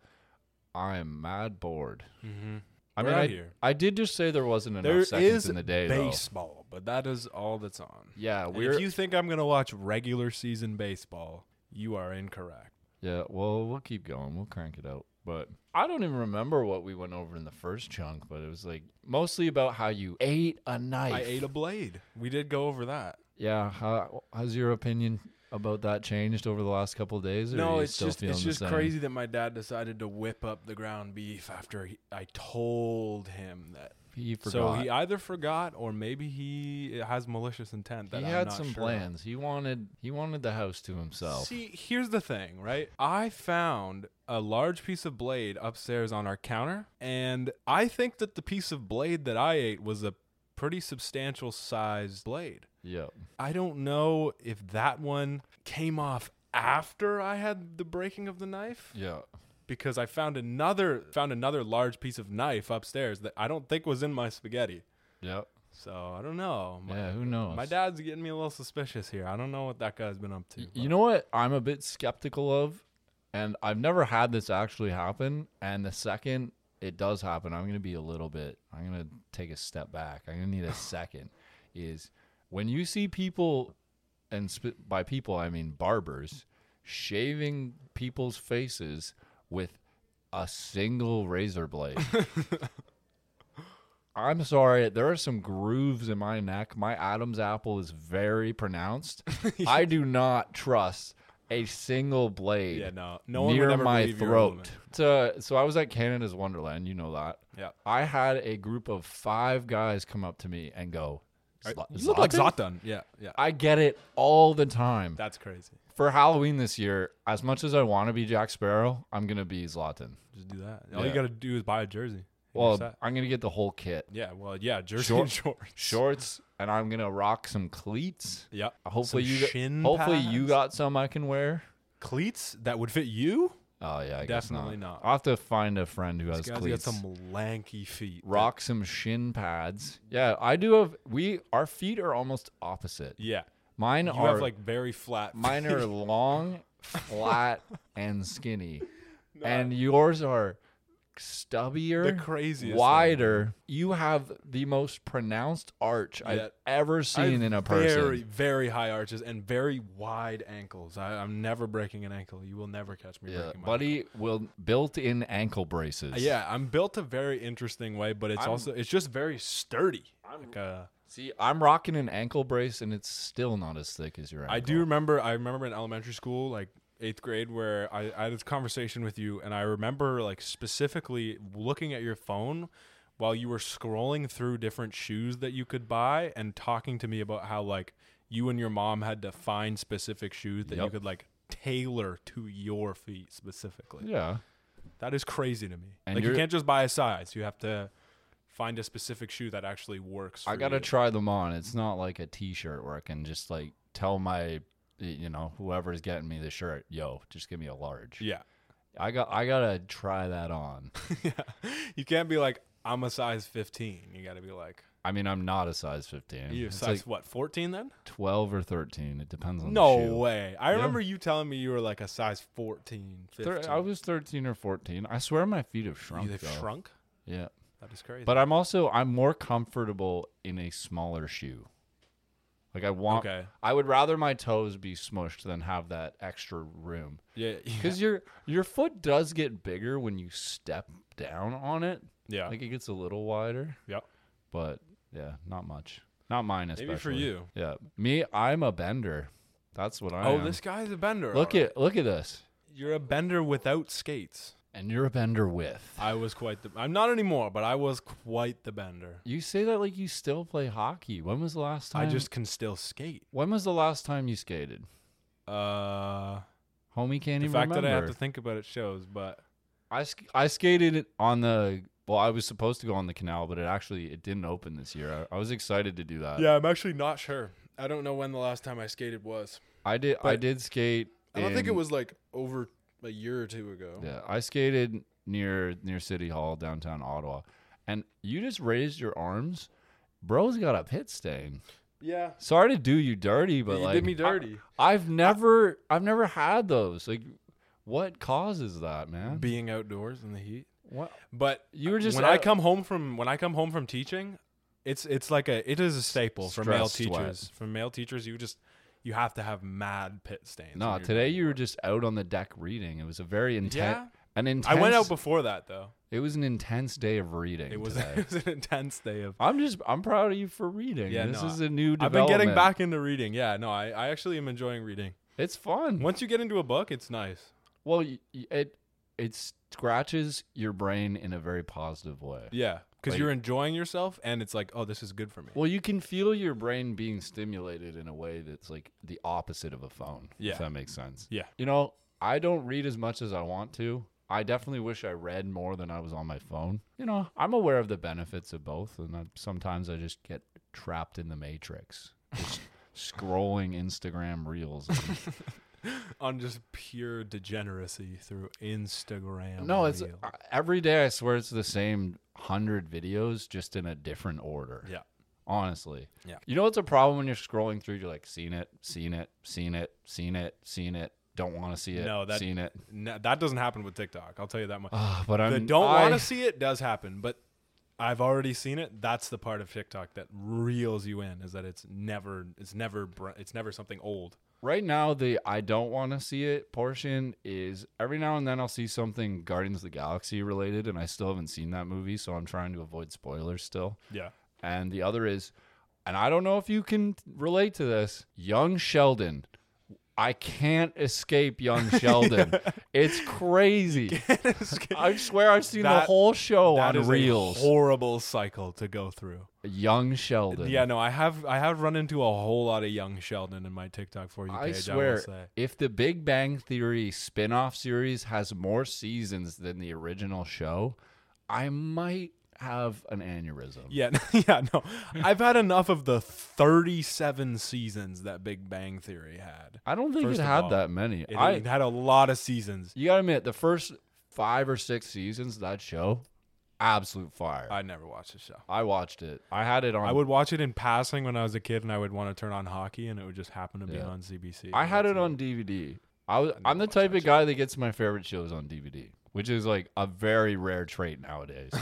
I am mad bored.
Mm-hmm.
I
We're
mean,
out
I,
here.
I did just say there wasn't enough
There is
seconds in the day, though.
baseball, but that is all that's on.
Yeah,
And
we're
if you think I'm gonna watch regular season baseball, you are incorrect.
Yeah, well, we'll keep going. We'll crank it out. But I don't even remember what we went over in the first chunk, but it was like mostly about how you ate a knife.
I ate a blade. We did go over that.
yeah, how, how's your opinion about that changed over the last couple of days? Or are
no,
you
it's
still
just
feeling
it's
the
just
same?
crazy that my dad decided to whip up the ground beef after he, I told him that.
He forgot.
So he either forgot or maybe he has malicious intent. That
He
I'm
had
not
some
sure of.
plans. He wanted he wanted the house to himself.
See, here's the thing, right? I found a large piece of blade upstairs on our counter, and I think that the piece of blade that I ate was a pretty substantial sized blade.
yeah.
I don't know if that one came off after I had the breaking of the knife
Yeah.
because I found another found another large piece of knife upstairs that I don't think was in my spaghetti.
Yeah.
So, I don't know. My,
yeah, who knows?
my dad's getting me a little suspicious here. I don't know what that guy's been up to.
You know what I'm a bit skeptical of, and I've never had this actually happen. And the second it does happen, I'm gonna be a little bit. I'm gonna take a step back. I'm gonna need a second. Is when you see people, and sp- by people I mean barbers, shaving people's faces with a single razor blade. I'm sorry, there are some grooves in my neck. My Adam's apple is very pronounced. I do not trust a single blade
Yeah, no, no one
near
would ever
my
believe You're a woman.
throat. So, so I was at Canada's Wonderland, you know that.
Yeah.
I had a group of five guys come up to me and go, "Zla-
You look like
Zlatan?"
Zlatan. Yeah, yeah.
I get it all the time.
That's crazy.
For Halloween this year, as much as I want to be Jack Sparrow, I'm gonna be Zlatan.
Just do that. All
Yeah.
you got to do is buy a jersey. and you're
Well,
set.
I'm gonna get the whole kit,
yeah, well, yeah, jersey
Short-
and shorts.
shorts, and I'm gonna rock some cleats.
Yeah.
Hopefully
Some
you,
shin
got, hopefully you
pads.
got some I can wear.
cleats that would fit you.
Oh yeah,
Definitely
I guess not.
not.
I'll have to find a friend who has
This guy's got
cleats.
some lanky feet. that-
rock some shin pads. Yeah, I do have. We our feet are almost opposite.
Yeah,
Mine
you
are
have like very flat.
mine
feet.
are long, flat, and skinny, and yours are stubbier,
The craziest thing.
wider. You have the most pronounced arch
Yeah.
I've ever
I have
seen in a person.
Very, very high arches and very wide ankles. I, I'm never breaking an ankle. You will never catch me
yeah,
breaking my
buddy, will built-in ankle braces.
Uh, Yeah, I'm built a very interesting way, but it's also it's just very sturdy. Like, uh,
See, I'm rocking an ankle brace, and it's still not as thick as your ankle.
I do remember. I remember in elementary school, like eighth grade, where I, I had this conversation with you, and I remember like specifically looking at your phone while you were scrolling through different shoes that you could buy, and talking to me about how like you and your mom had to find specific shoes that you
Yep.
could like tailor to your feet specifically.
Yeah.
That is crazy to me.
And
like you
you're-
can't just buy a size. You have to find a specific shoe that actually works. For
I gotta
you.
try them on. It's not like a T-shirt where I can just like tell my, you know, whoever's getting me the shirt, yo, just give me a large.
yeah,
I got, I gotta try that on.
you can't be like I'm a size 15. You got to be like
I mean, I'm not a size 15.
you
it's
size
like
what 14 then?
12 or 13. It depends on
No
the shoe.
way. I remember you telling me you were like a size 14, 15.
Thir- I was 13 or 14. I swear my feet have
You-
shrunk.
they've
though.
shrunk.
Yeah,
That is crazy.
but I'm also I'm more comfortable in a smaller shoe. Like I want,
Okay.
I would rather my toes be smushed than have that extra room.
yeah, yeah,
because your your foot does get bigger when you step down on it.
yeah.
Like it gets a little wider,
yeah.
but yeah, not much. Not mine, especially.
Maybe for you.
Yeah, me. I'm a bender. That's what I
Oh,
am.
this guy's a bender.
look
alright.
at look at this.
you're a bender without skates.
and you're a bender with.
I was quite the. I'm not anymore, but I was quite the bender.
You say that like you still play hockey. When was the last time?
I just can still skate.
When was the last time you skated?
Uh,
Homie can't
the
even
fact
remember.
that I have to think about it shows, but
I sk- I skated it on the well. I was supposed to go on the canal, but it actually it didn't open this year. I, I was excited to do that.
yeah, I'm actually not sure. I don't know when the last time I skated was.
I did. I
But-
did skate.
I don't think it
in-
was like over a year or two ago.
Yeah, I skated near near City Hall downtown Ottawa, and you just raised your arms. Bro's got a pit stain.
Yeah,
Sorry to do you dirty, but
you
like
did me dirty.
I, have never I've never had those. Like, what causes that, man?
Being outdoors in the heat.
what
But
you were just
when I
out-
come home from when I come home from teaching, it's it's like a it is a staple for male
Stress sweat.
teachers. For male teachers, you just you have to have mad pit stains.
No,
when you're
today
doing
you were
work.
just out on the deck reading. It was a very intense,
Yeah?
an intense.
I went out before that though.
It was an intense day of reading.
It was,
Today.
it was an intense day of.
I'm just. I'm proud of you for reading.
Yeah,
this
no,
is a new.
I've been
Development.
getting back into reading. Yeah, no, I, I actually am enjoying reading.
It's fun.
Once you get into a book, it's nice.
Well, y- y- it it scratches your brain in a very positive way.
Yeah, because
Like-
you're enjoying yourself, and it's like, oh, this is good for me.
Well, you can feel your brain being stimulated in a way that's like the opposite of a phone.
Yeah.
If that makes sense.
Yeah.
You know, I don't read as much as I want to. I definitely wish I read more than I was on my phone. You know, I'm aware of the benefits of both, and I, sometimes I just get trapped in the matrix, just scrolling Instagram reels.
on just pure degeneracy through Instagram.
no, it's
Reels.
uh, every day. I swear it's the same hundred videos, just in a different order.
yeah.
honestly.
Yeah.
You know what's a problem when you're scrolling through? You're like, seen it, seen it, seen it, seen it, seen it. Don't want to see it.
No, that-
seen it.
No, that doesn't happen with TikTok. I'll tell you that much.
Ah, but I'm
the don't want
I-
to see it does happen, but I've already seen it. That's the part of TikTok that reels you in is that it's never it's never br- it's never something old.
Right now, the I don't want to see it portion is every now and then I'll see something Guardians of the Galaxy related, and I still haven't seen that movie, so I'm trying to avoid spoilers still.
Yeah.
And the other is, and I don't know if you can relate to this, young Sheldon. I can't escape young Sheldon. It's crazy. I swear I've seen the
That-
whole show
That is a
on reels.
horrible cycle to go through.
Young Sheldon.
Yeah, no, I have I have run into a whole lot of young Sheldon in my TikTok for you
I
page. I, will
swear,
say.
if the Big Bang Theory spin-off series has more seasons than the original show, I might have an aneurysm.
Yeah, yeah, no. I've had enough of the 37 seasons that Big Bang Theory had.
I don't think
First
it
of
had
all,
that many.
It,
I
it had a lot of seasons.
you gotta admit the first five or six seasons of that show, absolute fire. I,
I never watched the show.
watched it. I had it on.
I would watch it in passing when I was a kid, and I would want to turn on hockey, and it would just happen to be
Yeah.
on CBC.
I had
That's
it on DVD. I was, I'm the
watched
type
that
of guy that gets my favorite shows on DVD, which is like a very rare trait nowadays.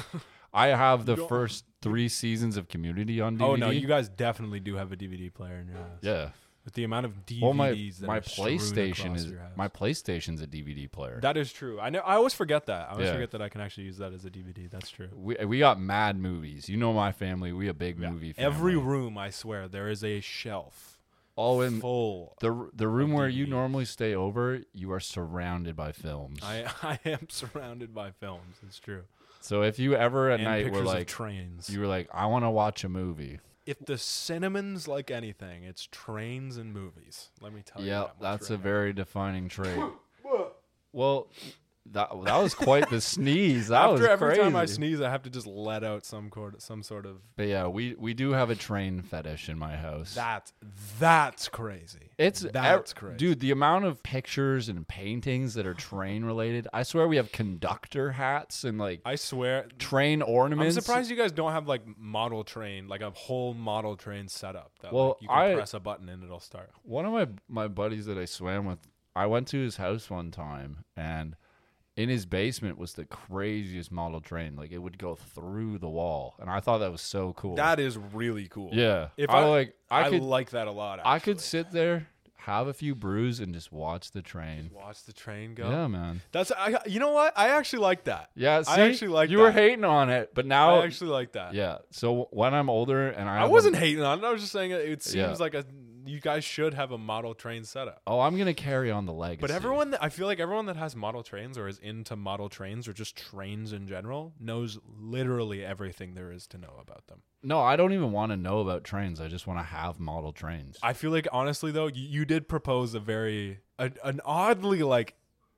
I have the
don't-
first three seasons of Community on DVD.
Oh no, you guys definitely do have a DVD player in your house.
yeah.
With the amount of DVDs
Well, my
that
my
are strewn
PlayStation
across
is
your house.
my PlayStation's a DVD player.
That is true. I know. I always forget that. I always
Yeah.
forget that I can actually use that as a DVD. That's true.
we we got mad movies. You know my family. We a big movie. Family.
Every room, I swear, there is a shelf
oh, and
full
the the room where you
DVDs.
normally stay over, you are surrounded by films.
I I am surrounded by films. It's true.
so if you ever at
and
night
pictures
were
of
like
trains.
you were like I want to watch a movie.
if the cinnamon's like anything, it's trains and movies. Let me tell you.
Yeah,
that much
that's a
right
very defining trait. well, that that was quite the sneeze. That
After
was
every
crazy.
time I sneeze, I have to just let out some cord, some sort of
But yeah, we we do have a train fetish in my house.
that. That's crazy.
it's
that's
ev-
crazy,
dude. The amount of pictures and paintings that are train related. I swear we have conductor hats and like
I swear.
train
I'm
ornaments.
surprised you guys don't have like model train, like a whole model train setup. That
Well,
like, you can
I-
press a button and it'll start.
one of my my buddies that I swam with, I went to his house one time and in his basement was the craziest model train. Like it would go through the wall, and I thought that was so cool.
That is really cool.
yeah,
If
I,
I-
like I,
I,
could
like that a lot. Actually.
I could sit there, have a few brews, and just watch the train.
watch the train go.
Yeah, man.
That's I. You know what? I actually like that.
Yeah, see,
I actually like
you
that.
were hating on it, but now
I actually like that.
Yeah. So when I'm older and I,
I
have a-
wasn't hating on it. I was just saying it, it seems
Yeah.
like a you guys should have a model train setup.
Oh, I'm gonna carry on the legacy.
But everyone, that, I feel like everyone that has model trains or is into model trains or just trains in general knows literally everything there is to know about them.
No, I don't even want to know about trains. I just want to have model trains.
I feel like honestly though, you, you did propose a very a, an oddly like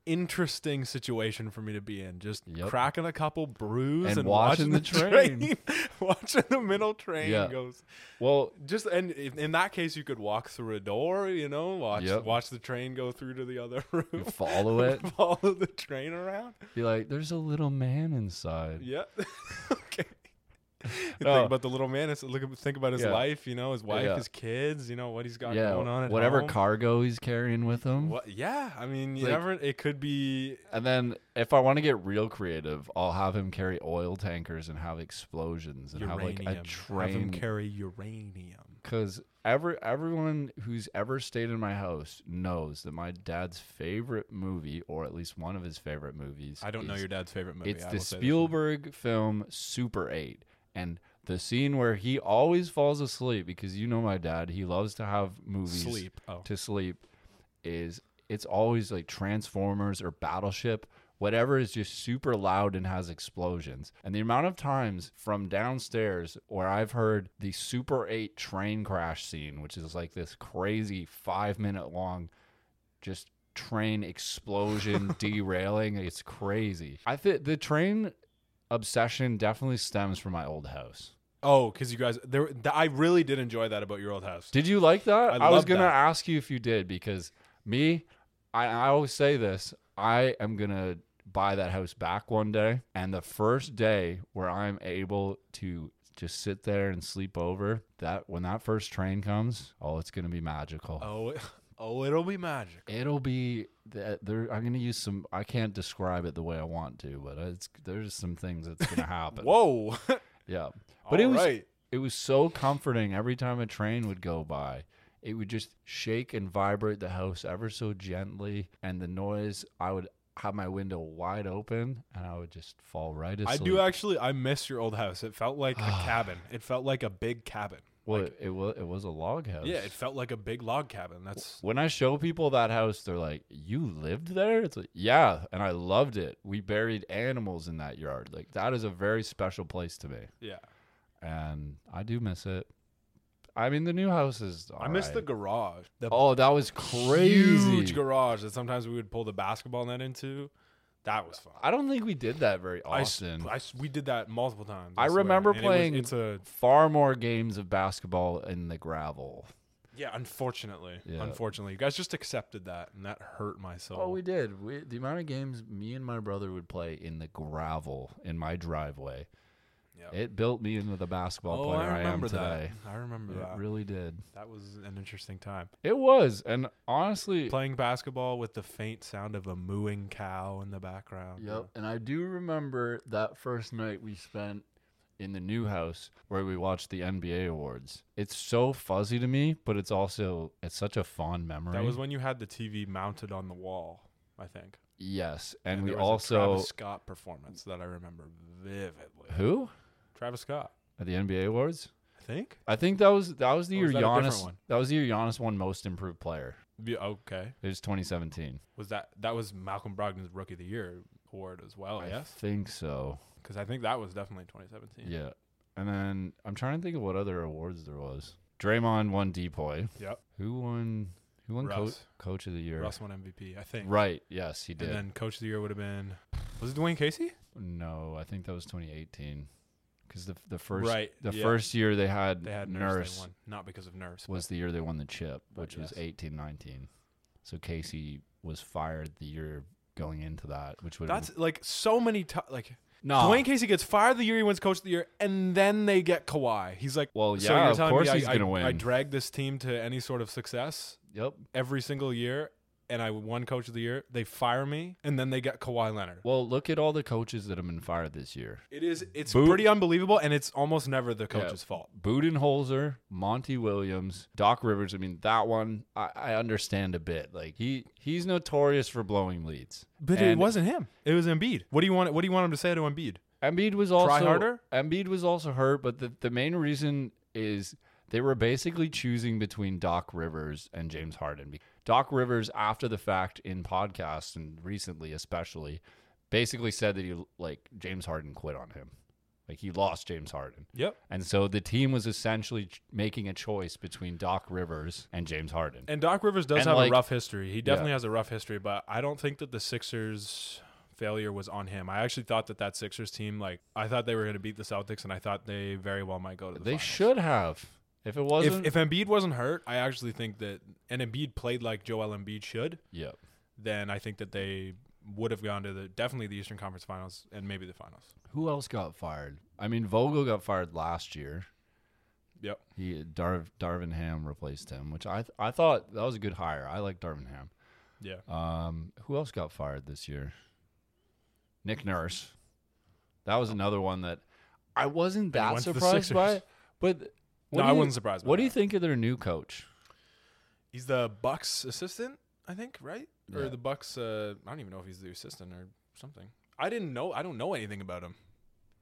interesting situation for me to be in. Just
Yep.
cracking a couple brews
And
and,
watching the train.
watching the middle train
Yeah.
goes.
well,
Just and if, in that case, you could walk through a door. You know, watch
Yep.
watch the train go through to the other
you
room.
follow it.
Follow the train around.
Be like, there's a little man inside.
Yeah. okay. You
No.
Think about the little man. It's, look, ab- think about his
Oh. Yeah.
life. You know, his wife,
Yeah.
his kids. You know what he's got
yeah,
going on. At
whatever
home.
cargo he's carrying with him.
What? Yeah. I mean, you
Like-
never. It could be.
And then if I want to get real creative, I'll have him carry oil tankers and have explosions and have like a
uranium. Have him
train.
carry uranium.
Because every everyone who's ever stayed in my house knows that my dad's favorite movie, or at least one of his favorite movies,
I don't know
is-
your dad's favorite movie.
It's
I
the
will say this.
Spielberg film Super 8. And the scene where he always falls asleep, because you know my dad, he loves to have movies
Sleep. Oh.
to sleep, is it's always like Transformers or Battleship, whatever is just super loud and has explosions. And the amount of times from downstairs where I've heard the Super 8 train crash scene, which is like this crazy five minute long just train explosion derailing it's crazy i think the train obsession definitely stems from my old house
Oh, because you guys there. th- I really did enjoy that about your old house.
did you like that
I
was
love
gonna
that.
ask you if you did because me I, I always say this i am gonna buy that house back one day and the first day where i'm able to just sit there and sleep over that when that first train comes oh it's gonna be magical
Oh, oh, it'll be magic.
It'll be that there. I'm gonna use some. I can't describe it the way I want to, but it's there's some things that's gonna happen.
Whoa!
Yeah, but it was
Alright.
it was so comforting every time a train would go by. It would just shake and vibrate the house ever so gently, and the noise. I would have my window wide open, and I would just fall right asleep.
I do actually. I miss your old house. It felt like a cabin. It felt like a big cabin.
Well, it, it was it was a log house.
Yeah, it felt like a big log cabin. That's
When I show people that house, they're like, "You lived there?" It's like, "Yeah," and I loved it. We buried animals in that yard. Like that is a very special place to me,
yeah.
and I do miss it. I mean, the new house is.
I miss the
alright.
garage. The
oh, that was crazy.
huge garage that sometimes we would pull the basketball net into. That was fun.
I don't think we did that very
I s-
often.
I s- we did that multiple times.
I
swear.
remember
And it was-
playing-
it's a
Far more games of basketball in the gravel.
yeah. Unfortunately,
Yeah.
unfortunately, you guys just accepted that, and that hurt my soul.
Oh, we did. We, the amount of games me and my brother would play in the gravel in my driveway.
Yep.
It built me into the basketball
Oh,
player
I
I, am
remember that.
today.
I remember
It
that.
really did.
that was an interesting time.
It was, and honestly,
Playing basketball with the faint sound of a mooing cow in the background.
yep. And I do remember that first night we spent in the new house where we watched the NBA awards. It's so fuzzy to me, but it's also it's such a fond memory.
That was when you had the TV mounted on the wall, I think.
yes, and, we
there was a
also
Travis Scott performance that I remember vividly.
who
Travis Scott,
at the NBA awards.
I think.
I think that was that was the
Or
year
was that a different
Giannis
one?
that was the year Giannis won Most Improved Player.
Yeah, okay.
It was 2017.
Was that that was Malcolm Brogdon's Rookie of the Year award as well?
I
yes,
think so.
because I think that was definitely 2017.
Yeah. And then I'm trying to think of what other awards there was. Draymond won Depoy.
Yep.
Who won? Who won co-
Russ.
Coach of the Year?
Russ won MVP, I think.
Right. Yes, he
And
did.
then Coach of the Year would have been was it Dwayne Casey?
no, I think that was 2018, because the the first
Right,
the
yeah.
first year they had,
They had Nurse.
Nurse
They won. Not because of Nurse.
was the year they won the chip,
Right,
which was
Oh, yes.
18 19. So Casey was fired the year going into that, which would
That's like so many times. Like
no
Dwayne Casey gets fired the year he wins Coach of the Year, and then they get Kawhi. He's like,
Well,
so
Oh, yeah,
you're
of
telling me
course
I-
he's
I-
gonna win.
I dragged this team to any sort of success
Yep.
every single year, and I won Coach of the Year. They fire me, and then they get Kawhi Leonard.
Well, look at all the coaches that have been fired this year.
It is. It's
Boo-
pretty unbelievable, and it's almost never the
Yeah.
coach's fault.
Budenholzer, Monty Williams, Doc Rivers. I mean, that one I, I understand a bit. Like he he's notorious for blowing leads.
But it
And
wasn't him. It was Embiid. What do you want? What do you want him to say to Embiid?
Embiid was also
harder?
Embiid was also hurt, but the, the main reason is They were basically choosing between Doc Rivers and James Harden. Be- Doc Rivers, after the fact in podcasts and recently especially, basically said that he like James Harden quit on him, like he lost James Harden,
Yep.
and so the team was essentially ch- making a choice between Doc Rivers and James Harden.
And Doc Rivers does
And,
have
like-
a rough history. He definitely has a rough history, but I don't think that the Sixers failure was on him. I actually thought that that Sixers team, like, I thought they were going to beat the Celtics, and I thought they very well might go to the.
they
finals.
should have, if it
If,
wasn't.
if Embiid wasn't hurt, I actually think that, and Embiid played like Joel Embiid should,
yep.
then I think that they would have gone to the definitely the Eastern Conference Finals and maybe the finals.
Who else got fired? I mean, Vogel got fired last year.
Yep.
He Darv, Darvin Ham replaced him, which I th- I thought that was a good hire. I like Darvin Ham.
Yeah.
Um, who else got fired this year? Nick Nurse. That was another one that I wasn't
And he
that
went to the
surprised by.
Sixers.
But th- what
no,
do
I
you-
wasn't surprised. By
What do
that.
you think of their new coach?
He's the Bucks assistant, I think, right?
Yeah.
Or the Bucks. Uh, I don't even know if he's the assistant or something. I didn't know. I don't know anything about him.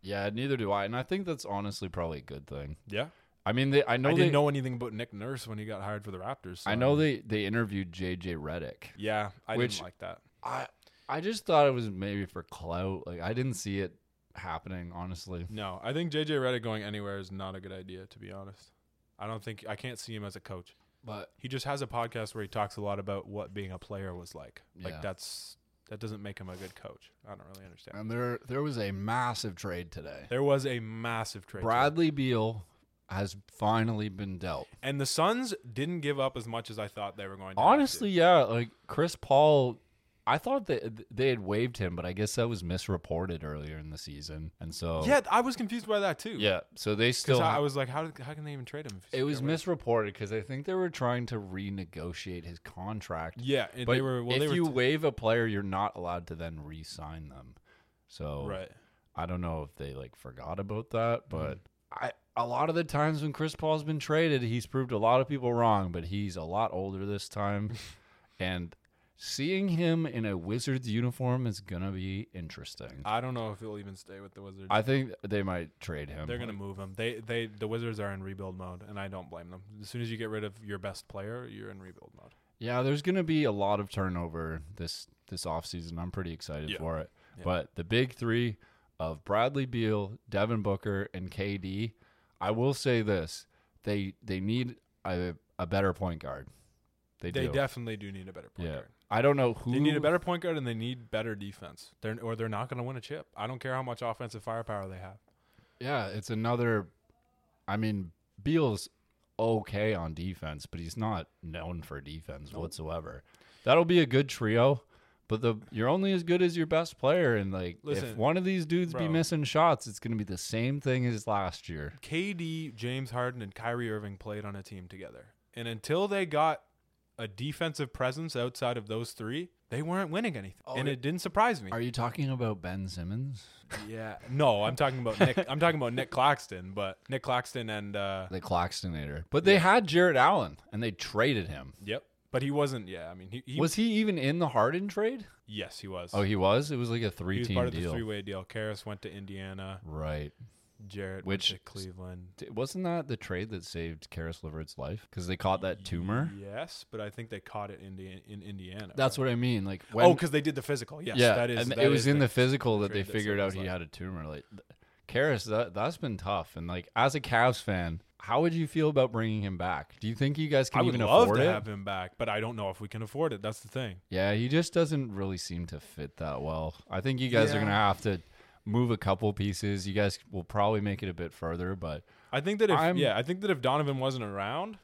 Yeah, neither do I, and I think that's honestly probably a good thing.
Yeah,
I mean, they, I know
I
they
didn't know anything about Nick Nurse when he got hired for the Raptors. so
I know they they interviewed JJ Redick.
Yeah, I
Which-
didn't like that.
I I just thought it was maybe for clout. Like I didn't see it happening, honestly.
No, I think JJ Redick going anywhere is not a good idea. To be honest, I don't think I can't see him as a coach.
But
He just has a podcast where he talks a lot about what being a player was like.
Yeah.
Like that's that doesn't make him a good coach. I don't really understand.
and there there was a massive trade today.
There was a massive trade.
Bradley Beal has finally been dealt.
And the Suns didn't give up as much as I thought they were going to. have to.
Honestly, yeah, like Chris Paul I thought that they had waived him, but I guess that was misreported earlier in the season. And so
Yeah, I was confused by that too.
yeah so they
Because
still
I, I
ha-
was like, how, did- how can they even trade him? if he's
it was
got away?
misreported because I think they were trying to renegotiate his contract.
Yeah, and
But
they were. Well,
if
they were
you
t-
waive a player, you're not allowed to then re-sign them. So
right.
I don't know if they like forgot about
Hmm.
that, but I a lot of the times when Chris Paul's been traded, he's proved a lot of people wrong, but he's a lot older this time, and seeing him in a Wizards uniform is gonna be interesting.
I don't know if he'll even stay with the Wizards.
I think they might trade him.
They're gonna move him. They they the Wizards are in rebuild mode, and I don't blame them. As soon as you get rid of your best player, you're in rebuild mode.
Yeah, there's going to be a lot of turnover this this offseason. I'm pretty excited
Yeah.
for it.
Yeah.
But the big 3 of Bradley Beal, Devin Booker, and KD, I will say this. They they need a, a better point guard. They,
They
do.
definitely do need a better point
Yeah.
guard.
I don't know who
They need a better point guard, and they need better defense. They're or they're not gonna win a chip. I don't care how much offensive firepower they have.
Yeah, it's another I mean, Beal's okay on defense, but he's not known for defense whatsoever. That'll be a good trio, but the you're only as good as your best player and like if
Listen,
one of these dudes be
bro.
missing shots, it's going to be the same thing as last year.
KD, James Harden, and Kyrie Irving played on a team together. And until they got a defensive presence outside of those three, they weren't winning anything. and it didn't surprise me.
Are you talking about Ben Simmons?
yeah. No, I'm talking about Nick I'm talking about Nick Claxton, but Nick Claxton and uh
The Claxtonator. But they had Jared Allen and they traded him.
Yep. But he wasn't yeah, I mean he, he
was he even in the Harden trade?
yes, he was.
Oh, he was. It was like a
he
three
was
team
part of
deal.
the three way deal. Karras went to Indiana,
right.
Jarrett
Which-
went to Cleveland.
D- Wasn't that the trade that saved Karis Levert's life? Because they caught that tumor.
Yes, but I think they caught it in Indi- in Indiana.
That's what I mean. Like when,
Oh, because they did the physical. Yes,
yeah,
that is.
and
that
it
is
was in the physical that they
trade that
figured out
saved his
he
life.
had a tumor. Like th- Karis, that that's been tough. And like as a Cavs fan, how would you feel about bringing him back? Do you think you guys can
I would
even
love
afford
to
it?
have him back, but I don't know if we can afford it. That's the thing.
Yeah, he just doesn't really seem to fit that well. I think you guys are
Yeah.
gonna have to move a couple pieces. You guys will probably make it a bit further, but
I think that if
I'm-
yeah, I think that if Donovan wasn't around,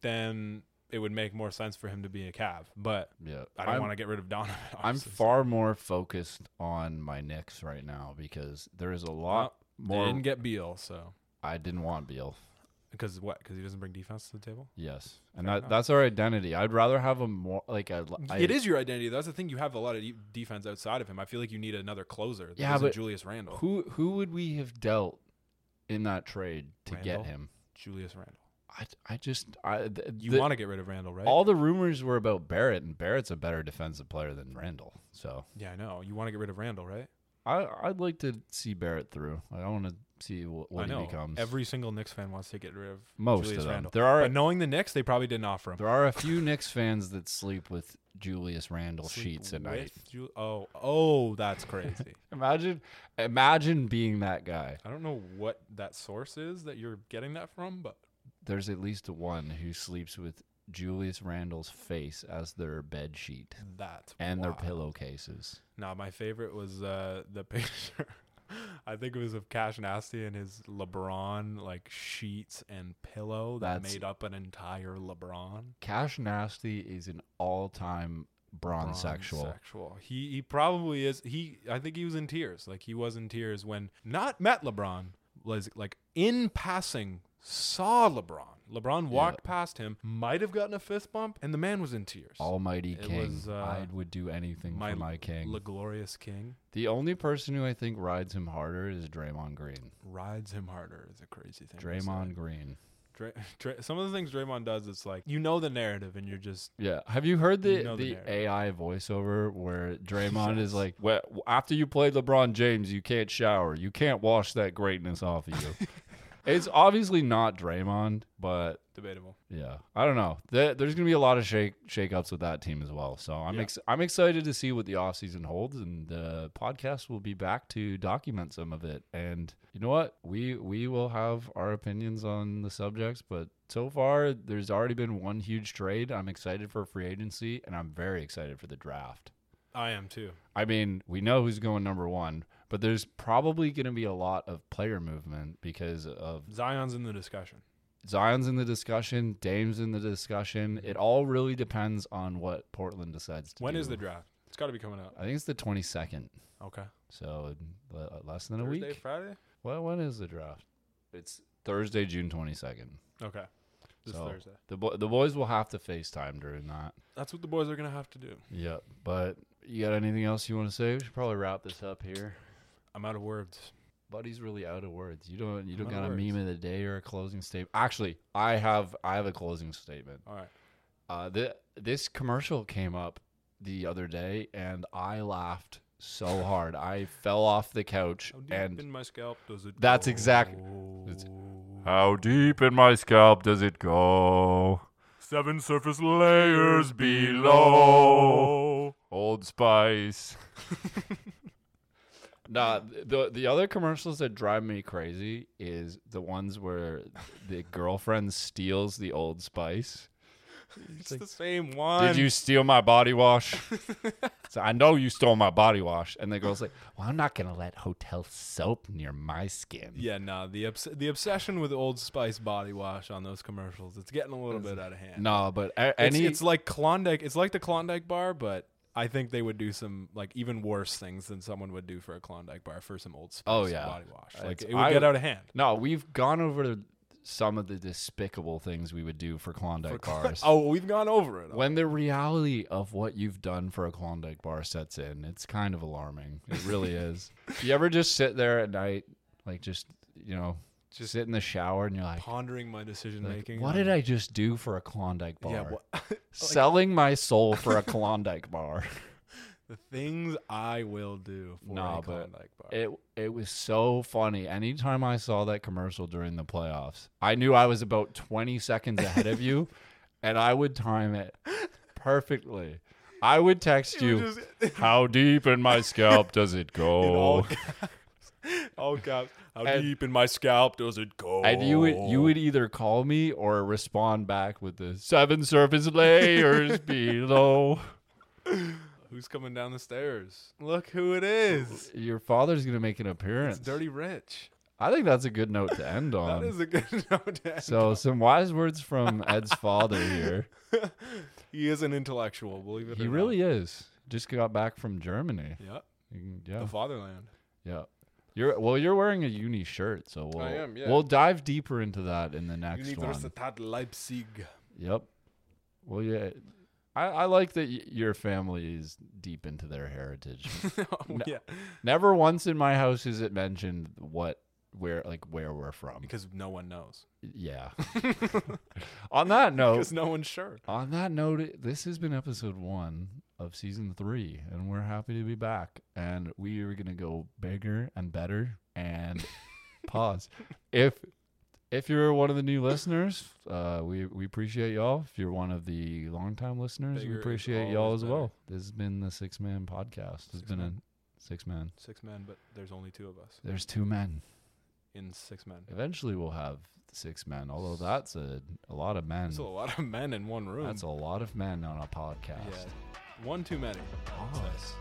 then it would make more sense for him to be a Cav. But
yeah,
I don't
I'm-
want to get rid of Donovan.
I'm
obviously.
far more focused on my Knicks right now because there is a lot
They
more.
didn't get Beal, so
I didn't want Beal.
because what? Because he doesn't bring defense to the table.
Yes, and
Fair
that,
enough.
that's our identity. I'd rather have a more like a. I,
it is your identity. That's the thing. You have a lot of de- defense outside of him. I feel like you need another closer. That
Yeah,
isn't
but
Julius Randle.
Who who would we have dealt in that trade to get
Randall?
him?
Julius Randle.
I, I just I th-
You
the-
want to get rid of Randle, right?
all the rumors were about Barrett, and Barrett's a better defensive player than Randall. So
yeah, I know. You want to get rid of Randle, right?
I I'd like to see Barrett through. Like, I want to see what,
I
what
know
he becomes.
every single Knicks fan wants to get rid of
most
Julius
of them.
Randle.
There are
But knowing the Knicks, they probably didn't offer him.
there are a few Knicks fans that sleep with Julius Randle
Sleep
sheets at night.
with Ju- oh, oh, that's crazy.
Imagine imagine being that guy.
I don't know what that source is that you're getting that from, but
There's at least one who sleeps with Julius Randle's face as their bed sheet
that's
and
wild.
their pillowcases.
Nah, my favorite was uh, the picture. I think it was of Cash Nasty and his LeBron like sheets and pillow that
That's-
made up an entire LeBron.
Cash Nasty is an all-time bronze, sexual.
Sexual. He he probably is. He I think he was in tears. Like he was in tears when not met LeBron was like in passing saw LeBron. LeBron walked past him, might have gotten a fist bump, and the man was in tears.
Almighty
It
King,
was, uh,
I would do anything
my
for my king.
Le glorious king
the only person who I think rides him harder is Draymond Green.
rides him harder is a crazy thing. to say.
Draymond Green.
Dray, Dray, some of the things Draymond does, it's like you know the narrative, and you're just
Yeah. Have you heard the,
You know the
the,
narrative.
AI voiceover where Draymond
Yes.
is like, well, after you play LeBron James, you can't shower. You can't wash that greatness off of you. it's obviously not Draymond, but
debatable.
yeah, I don't know. There- There's going to be a lot of shake shakeups with that team as well. So I'm
Yeah.
ex- I'm excited to see what the offseason holds, and the podcast will be back to document some of it. And you know what? We we will have our opinions on the subjects, but so far there's already been one huge trade. I'm excited for free agency, and I'm very excited for the draft.
I am too.
I mean, we know who's going number one, but there's probably going to be a lot of player movement because of
Zion's in the discussion.
Zion's in the discussion, Dame's in the discussion. It all really depends on what Portland decides to
When
do.
is the draft? It's got to be coming out.
I think it's the 22nd.
Okay.
So le- less than a
Thursday,
week.
Friday.
Well, when is the draft? It's Thursday, June 22nd.
Okay. This
So,
Thursday.
The bo- the boys will have to FaceTime during that.
That's what the boys are gonna have to do.
Yep. But you got anything else you want to say? We should probably wrap this up here.
I'm out of words.
Buddy's really out of words. You don't you
I'm
don't
out
got
of
a
words.
meme of the day or a closing statement. Actually, I have I have a closing statement.
All right.
Uh, th- this commercial came up the other day, and I laughed so hard. I fell off the couch,
How deep
and
in my scalp does it?
That's exact-
Oh.
it's-
exactly.
how deep in my scalp does it go?
Seven surface
layers below. Old Spice. nah, the the other commercials that drive me crazy is the ones where the girlfriend steals the Old Spice.
It's the same one.
Did you steal my body wash? so I know you stole my body wash. And the girl's like, Well, I'm not gonna let hotel soap near my skin.
Yeah, no. the obs- the obsession with Old Spice body wash on those commercials. It's getting a little bit out of hand.
No, but a-
It's,
any
it's like Klondike. It's like the Klondike bar, but I think they would do some like even worse things than someone would do for a Klondike bar for some Old Spice
Oh, yeah.
body wash. Like
It's-
it would
I-
get out of hand.
no, we've gone over some of the despicable things we would do for Klondike bars.
Oh, we've gone over it.
When the reality of what you've done for a Klondike bar sets in, it's kind of alarming. It really is. You ever just sit there at night, like just you know, just sit in the shower and you're like,
pondering my decision
like,
making.
what did I just do for a Klondike bar?
Yeah, what,
selling my soul for a Klondike bar.
the things I will do for
Nah,
a
but
Klondike bar.
It it was so funny. Anytime I saw that commercial during the playoffs, I knew I was about 20 seconds ahead of you and I would time it perfectly. I would text you,
just- in
how deep in my scalp does it
all
go?
caps. all caps. How
And-
deep in my scalp does it go?
And you would you would either call me or respond back with the seven surface layers below.
Who's coming down the stairs? Look who it is.
Your father's gonna make an
It's
appearance.
Dirty Rich.
I think that's a good note to end on.
That is a good note. to end
So some wise words from Ed's father here.
on. he is an intellectual. Believe it.
He
or
really is. Just got back from Germany.
Not. Yep.
You can- Yeah,
The fatherland.
yeah. You're well. You're wearing a uni shirt, so we'll
am, yeah.
we'll dive deeper into that in the next one.
Universität Leipzig.
Yep. Well, yeah. I, I like that y- your family is deep into their heritage.
Oh, Yeah.
Never once in my house is it mentioned what where like where we're from.
Because no one knows.
Yeah. On that note, Oh.
Because no one's sure.
On that note, this has been episode one of season three, and we're happy to be back. And we are gonna go bigger and better. And pause. If if you're one of the new listeners, uh, we we appreciate y'all. If you're one of the longtime listeners,
Bigger
we
is
appreciate y'all
always
as well. This has been the Six Man Podcast. It's
Six
been
man.
a six man.
Six men, but there's only two of us
There's two men.
in six men.
Eventually, we'll have six men. Although that's a a lot of men.
That's a lot of men in one room.
That's a lot of men on a podcast.
Yeah. One too many.
Pause.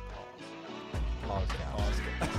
Pause.
Podcast.
Pause.